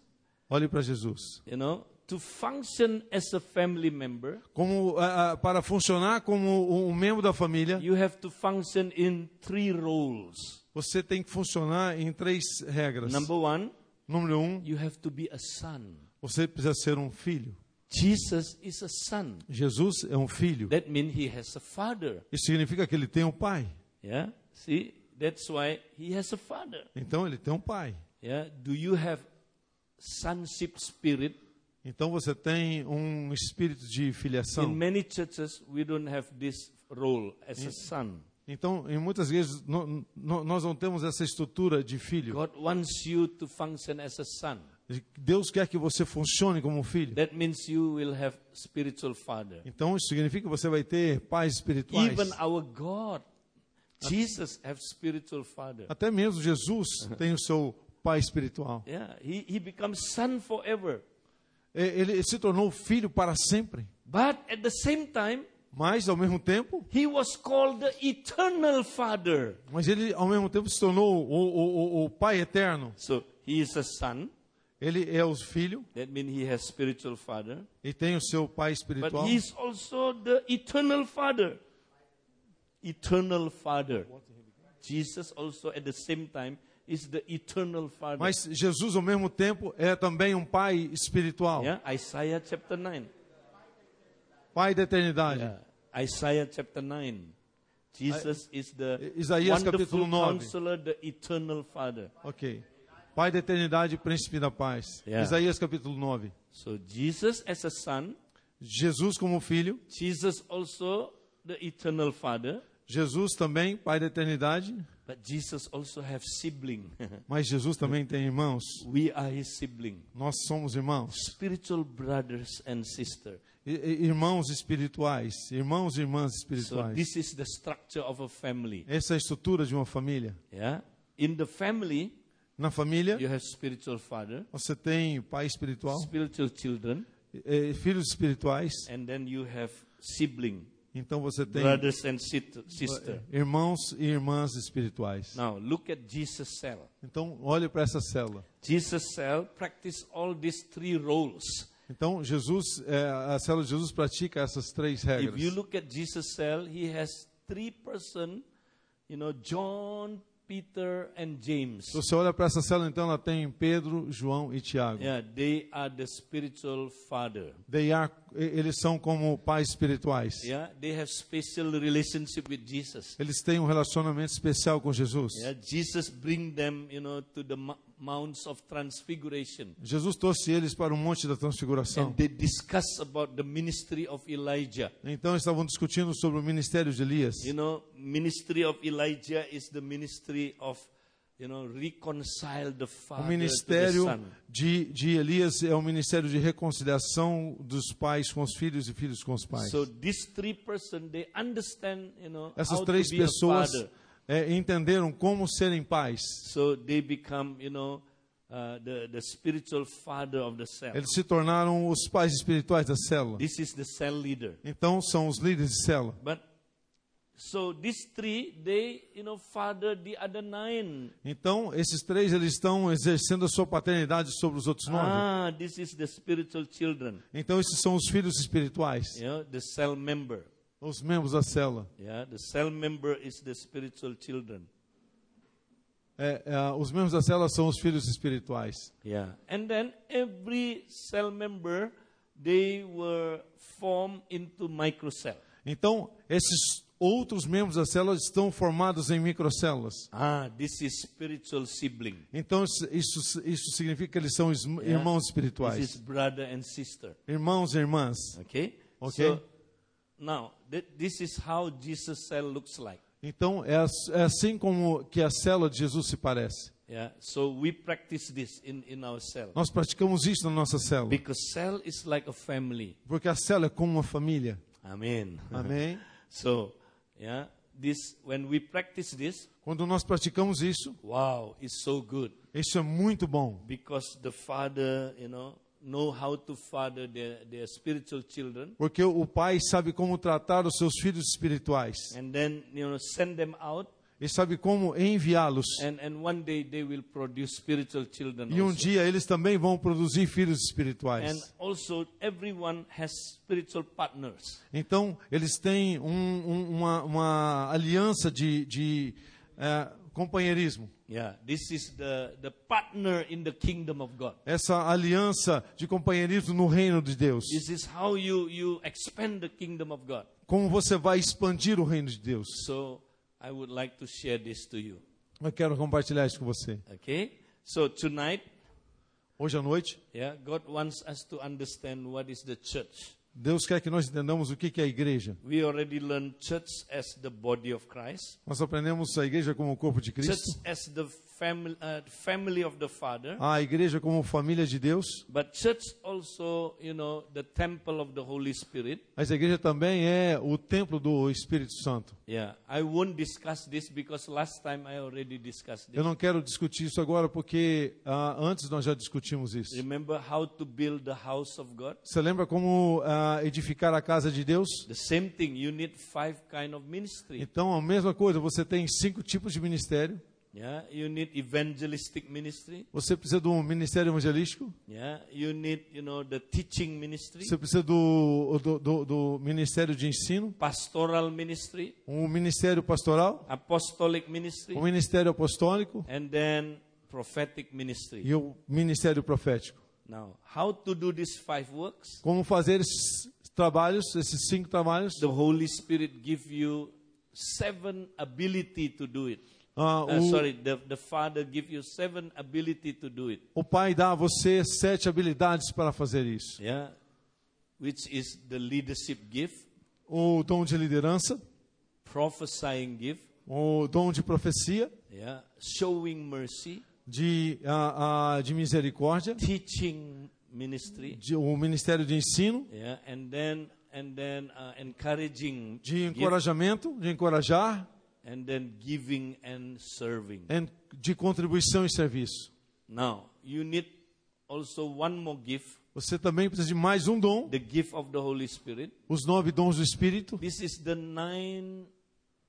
Speaker 2: Olhe para Jesus.
Speaker 1: You know, to function as a family member,
Speaker 2: Como ah, ah, para funcionar como um membro da família,
Speaker 1: you have to function in three roles.
Speaker 2: você tem que funcionar em três regras.
Speaker 1: Number one,
Speaker 2: Número um,
Speaker 1: you have to be a son.
Speaker 2: você precisa ser um filho.
Speaker 1: Jesus is a son.
Speaker 2: Jesus é um filho.
Speaker 1: That means he has a father.
Speaker 2: Isso significa que ele tem um pai.
Speaker 1: Yeah, see, that's why he has a father.
Speaker 2: Então ele tem um pai.
Speaker 1: Yeah, do you have sonship spirit?
Speaker 2: Então você tem um espírito de filiação.
Speaker 1: In many churches, we don't have this role as a son.
Speaker 2: Então, em muitas vezes, no- no- nós não temos essa estrutura de filho.
Speaker 1: God wants you to function as a son.
Speaker 2: Deus quer que você funcione como um filho.
Speaker 1: That means you will have spiritual father.
Speaker 2: Então, isso significa que você vai ter pais espirituais.
Speaker 1: Even our God, Jesus, have spiritual father.
Speaker 2: Até mesmo Jesus tem o seu pai espiritual.
Speaker 1: Yeah, he, he becomes son forever.
Speaker 2: E- Ele se tornou filho para sempre.
Speaker 1: But at the same time,
Speaker 2: Mas, ao mesmo tempo,
Speaker 1: he was called the eternal father.
Speaker 2: mas ele, ao mesmo tempo, se tornou o- o, o, o pai eterno.
Speaker 1: So he is a son.
Speaker 2: Ele é o filho
Speaker 1: That means he has spiritual father.
Speaker 2: e tem o seu pai
Speaker 1: But
Speaker 2: espiritual.
Speaker 1: he's also the eternal Father. Eternal Father. Jesus also at the same time is the eternal Father.
Speaker 2: Mas Jesus, ao mesmo tempo, é também um pai espiritual.
Speaker 1: yeah, Isaiah chapter 9.
Speaker 2: Pai da eternidade.
Speaker 1: Yeah. Isaiah chapter 9. Jesus is the
Speaker 2: Isaías
Speaker 1: wonderful
Speaker 2: capítulo 9.
Speaker 1: counselor, the eternal Father.
Speaker 2: Ok. Pai da eternidade, príncipe da paz.
Speaker 1: Yeah.
Speaker 2: Isaías capítulo 9.
Speaker 1: So Jesus as a son,
Speaker 2: Jesus como filho,
Speaker 1: Jesus also the eternal Father,
Speaker 2: Jesus também pai da eternidade,
Speaker 1: but Jesus also have sibling.
Speaker 2: mas Jesus também tem irmãos.
Speaker 1: we are his sibling.
Speaker 2: Nós somos irmãos,
Speaker 1: Spiritual brothers and sisters.
Speaker 2: I- i- irmãos espirituais, irmãos e irmãs
Speaker 1: So
Speaker 2: espirituais.
Speaker 1: this is the structure of a family.
Speaker 2: Essa é a estrutura de uma família.
Speaker 1: Yeah. In the family,
Speaker 2: Na família,
Speaker 1: you have spiritual father,
Speaker 2: você tem pai espiritual,
Speaker 1: spiritual children,
Speaker 2: eh, filhos espirituais,
Speaker 1: and then you have sibling,
Speaker 2: então você tem
Speaker 1: brothers and sit- sister.
Speaker 2: irmãos e irmãs espirituais.
Speaker 1: Now look at Jesus cell.
Speaker 2: Então, olhe para essa célula.
Speaker 1: Jesus cell practice all these three roles.
Speaker 2: Então, Jesus, eh, a célula de Jesus pratica essas três
Speaker 1: If you
Speaker 2: regras.
Speaker 1: look at Jesus cell, he has three person, you know, John, Peter, and James.
Speaker 2: Se você olha para essa célula, então, ela tem Pedro, João e Tiago.
Speaker 1: Yeah, they are the spiritual father.
Speaker 2: They are- e- eles são como pais espirituais.
Speaker 1: Yeah, they have special relationship with Jesus.
Speaker 2: Eles têm um relacionamento especial com Jesus.
Speaker 1: Yeah, Jesus bring them, you know, to the mo- mounts of transfiguration,
Speaker 2: Jesus trouxe eles para o Monte da Transfiguração.
Speaker 1: and they discuss about the ministry of Elijah.
Speaker 2: Então, eles estavam discutindo sobre o ministério de Elias.
Speaker 1: You know, ministry of Elijah is the ministry of, you know, reconcile the
Speaker 2: O
Speaker 1: father to
Speaker 2: ministério
Speaker 1: the son.
Speaker 2: de, de Elias é o ministério de reconciliação dos pais com os filhos e filhos com os pais.
Speaker 1: So these three persons, they understand, you know,
Speaker 2: Essas
Speaker 1: how to
Speaker 2: três
Speaker 1: be
Speaker 2: pessoas
Speaker 1: a father.
Speaker 2: eh, entenderam como serem pais.
Speaker 1: So they become, you know, uh, the the spiritual father of the cell.
Speaker 2: Eles se tornaram os pais espirituais da célula.
Speaker 1: This is the cell leader.
Speaker 2: Então são os líderes de célula.
Speaker 1: But so these three, they you know father the other nine.
Speaker 2: Então esses três eles estão exercendo a sua paternidade sobre os outros nove.
Speaker 1: Ah, this is the spiritual children.
Speaker 2: Então esses são os filhos espirituais,
Speaker 1: You know, the cell member.
Speaker 2: os membros da célula.
Speaker 1: Yeah, the cell member is the spiritual children.
Speaker 2: É, é, os membros da célula são os filhos espirituais.
Speaker 1: Yeah, and then every cell member they were formed into microcell.
Speaker 2: Então esses outros membros da célula estão formados em microcélulas.
Speaker 1: Ah, this is spiritual sibling.
Speaker 2: Então isso- isso isso significa que eles são is- irmãos
Speaker 1: This is
Speaker 2: espirituais,
Speaker 1: brother and sister.
Speaker 2: irmãos e irmãs.
Speaker 1: Okay.
Speaker 2: Okay.
Speaker 1: So, now th- this is how Jesus cell looks like.
Speaker 2: Então é, as- é assim como que a célula de Jesus se parece.
Speaker 1: Yeah, so we practice this in, in our cell.
Speaker 2: Nós praticamos isso na nossa célula,
Speaker 1: Because cell is like a family.
Speaker 2: porque a célula é como uma família.
Speaker 1: Amen.
Speaker 2: Amém.
Speaker 1: so, yeah, this when we practice this,
Speaker 2: Quando nós praticamos isso,
Speaker 1: wow, it's so good
Speaker 2: isso é muito bom,
Speaker 1: because the father, you know, know how to father their, their spiritual children
Speaker 2: porque o pai sabe como tratar os seus filhos espirituais
Speaker 1: and then, you know, send them out
Speaker 2: e sabe como enviá-los.
Speaker 1: and and one day they will produce spiritual children
Speaker 2: E um
Speaker 1: also.
Speaker 2: dia eles também vão produzir filhos
Speaker 1: And
Speaker 2: espirituais.
Speaker 1: also everyone has spiritual partners.
Speaker 2: Então, eles têm um- um- uma, uma aliança de, de, eh, companheirismo.
Speaker 1: Yeah, this is the the partner in the kingdom of God.
Speaker 2: Essa aliança de companheirismo no reino de Deus.
Speaker 1: This is how you, you expand the kingdom of God.
Speaker 2: Como você vai expandir o reino de Deus?
Speaker 1: So I would like to share this to you.
Speaker 2: Eu quero compartilhar isso com você.
Speaker 1: Okay? So tonight,
Speaker 2: Hoje à noite,
Speaker 1: yeah, God wants us to understand what is the church.
Speaker 2: Deus quer que nós entendamos o que que é a igreja.
Speaker 1: We already learned church as the body of Christ,
Speaker 2: Nós aprendemos a igreja como o corpo de
Speaker 1: church
Speaker 2: Cristo,
Speaker 1: as the family, uh, family of the Father,
Speaker 2: a igreja como família de Deus,
Speaker 1: but church also, you know, the temple of the Holy Spirit.
Speaker 2: mas a igreja também é o templo do Espírito Santo.
Speaker 1: Yeah, I won't discuss this because last time I already discussed
Speaker 2: Eu
Speaker 1: this.
Speaker 2: não quero discutir isso agora porque ah, antes nós já discutimos isso.
Speaker 1: Remember how to build the house of God?
Speaker 2: Você lembra como ah, edificar a casa de Deus?
Speaker 1: The same thing, you need five kind of ministry.
Speaker 2: Então, a mesma coisa, você tem cinco tipos de ministério.
Speaker 1: Yeah, you need evangelistic ministry.
Speaker 2: Você precisa do ministério evangelístico,
Speaker 1: Yeah, you need, you know, the teaching ministry,
Speaker 2: você precisa do, do, do- do ministério de ensino,
Speaker 1: pastoral ministry,
Speaker 2: um ministério pastoral,
Speaker 1: apostolic ministry,
Speaker 2: um ministério apostólico
Speaker 1: and then prophetic ministry.
Speaker 2: e o ministério profético.
Speaker 1: Now, how to do these five works?
Speaker 2: Como fazer esses trabalhos, esses cinco trabalhos?
Speaker 1: The Holy Spirit give you seven ability to do it.
Speaker 2: Ah,
Speaker 1: Uh,
Speaker 2: o,
Speaker 1: sorry, the, the Father give you seven ability to do it.
Speaker 2: o Pai dá a você sete habilidades para fazer isso.
Speaker 1: Yeah, which is the leadership gift,
Speaker 2: O dom de liderança,
Speaker 1: prophesying gift,
Speaker 2: o dom de profecia,
Speaker 1: yeah, showing mercy,
Speaker 2: de, ah, ah, de misericórdia,
Speaker 1: teaching ministry,
Speaker 2: de, o ministério de ensino,
Speaker 1: yeah, and then and then uh, encouraging,
Speaker 2: de
Speaker 1: gift,
Speaker 2: encorajamento, de encorajar,
Speaker 1: and then giving and serving.
Speaker 2: em- de contribuição e serviço.
Speaker 1: Now you need also one more gift,
Speaker 2: Você também precisa de mais um dom,
Speaker 1: the gift of the Holy Spirit.
Speaker 2: os nove dons do Espírito.
Speaker 1: This is the nine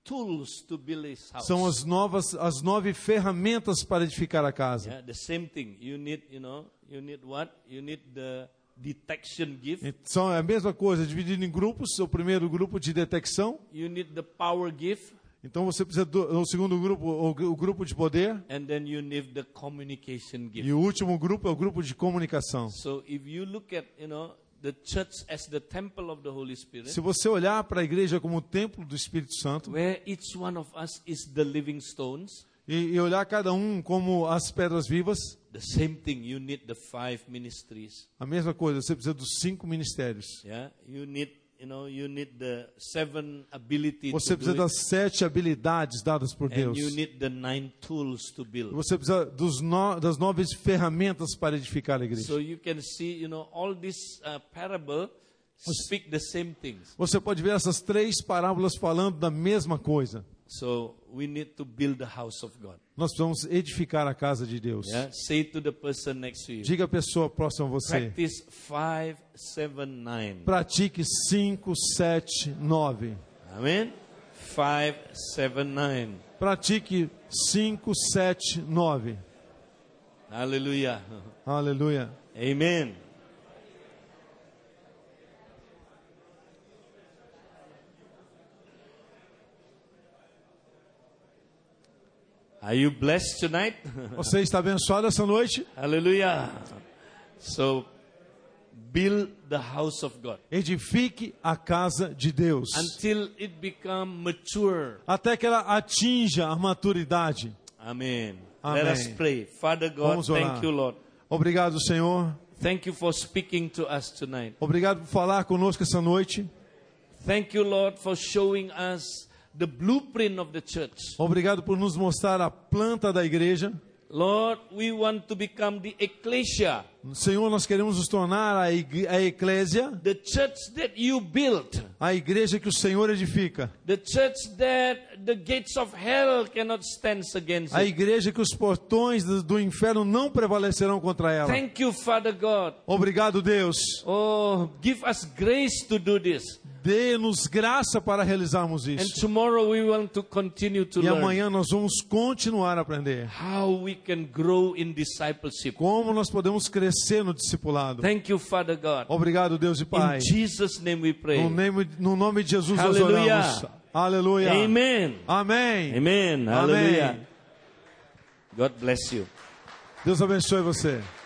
Speaker 1: tools to build His house.
Speaker 2: São as novas, as nove ferramentas para edificar a casa.
Speaker 1: Yeah, the same thing. You need, you know, you need what? You need the detection gift.
Speaker 2: E São é a mesma coisa, dividido em grupos. é O primeiro grupo de detecção.
Speaker 1: You need the power gift,
Speaker 2: Então você precisa do o segundo grupo, o, gru- o grupo de poder.
Speaker 1: and then you need the communication gift.
Speaker 2: E o último grupo é o grupo de comunicação.
Speaker 1: so if you look at, you know, the church as the temple of the Holy Spirit,
Speaker 2: Se você olhar para a igreja como o templo do Espírito Santo
Speaker 1: where each one of us is the living stones,
Speaker 2: e, e olhar cada um como as pedras vivas,
Speaker 1: the same thing. You need the five ministries.
Speaker 2: a mesma coisa, você precisa dos cinco ministérios.
Speaker 1: Yeah, you need, you know, you need the seven ability to do É,
Speaker 2: Você precisa
Speaker 1: it,
Speaker 2: das sete habilidades dadas por
Speaker 1: and
Speaker 2: Deus.
Speaker 1: you need the nine tools to build.
Speaker 2: Você precisa dos no, das nove ferramentas para edificar a
Speaker 1: So
Speaker 2: igreja.
Speaker 1: you can see, you know, all these uh, parable speak the same things.
Speaker 2: Você pode ver essas três parábolas falando da mesma coisa.
Speaker 1: So we need to build the house of God.
Speaker 2: Nós precisamos edificar a casa de Deus.
Speaker 1: Yeah? Say to the person next to you,
Speaker 2: Diga à pessoa próxima a você.
Speaker 1: practice five, seven, nine.
Speaker 2: Pratique 5, 7, 9.
Speaker 1: Amen. Five, seven, nine.
Speaker 2: Pratique 5, 7, 9.
Speaker 1: Hallelujah.
Speaker 2: Aleluia.
Speaker 1: Amen. Are you blessed tonight?
Speaker 2: Você está abençoado essa noite?
Speaker 1: Hallelujah. So build the house of God
Speaker 2: Edifique a casa de Deus.
Speaker 1: until it become mature.
Speaker 2: Até que ela atinja a maturidade.
Speaker 1: Amen.
Speaker 2: Amen.
Speaker 1: Let us pray. Father God,
Speaker 2: Vamos orar.
Speaker 1: thank you, Lord.
Speaker 2: Obrigado, Senhor.
Speaker 1: Thank you for speaking to us tonight.
Speaker 2: Obrigado por falar conosco essa noite.
Speaker 1: Thank you, Lord, for showing us the blueprint of the church.
Speaker 2: Obrigado por nos mostrar a planta da igreja.
Speaker 1: Lord, we want to become the ecclesia,
Speaker 2: Senhor, nós queremos nos tornar a, igre- a eclésia,
Speaker 1: the church that you built,
Speaker 2: a igreja que o Senhor edifica.
Speaker 1: the church that the gates of hell cannot stand against.
Speaker 2: A
Speaker 1: It.
Speaker 2: igreja que os portões do do inferno não prevalecerão contra ela.
Speaker 1: Thank you, Father God.
Speaker 2: Obrigado, Deus.
Speaker 1: Oh, give us grace to do this.
Speaker 2: Dê-nos graça para realizarmos
Speaker 1: And
Speaker 2: isso.
Speaker 1: tomorrow we want to continue to
Speaker 2: E
Speaker 1: learn
Speaker 2: amanhã nós vamos continuar a aprender
Speaker 1: how we can grow in discipleship.
Speaker 2: como nós podemos crescer no discipulado.
Speaker 1: Thank you, Father God.
Speaker 2: Obrigado, Deus e Pai.
Speaker 1: In Jesus' name we pray.
Speaker 2: No nome, no nome de Jesus nós
Speaker 1: Aleluia.
Speaker 2: oramos. Aleluia.
Speaker 1: Amen.
Speaker 2: Amém.
Speaker 1: Amen. Hallelujah. God bless you.
Speaker 2: Deus abençoe você.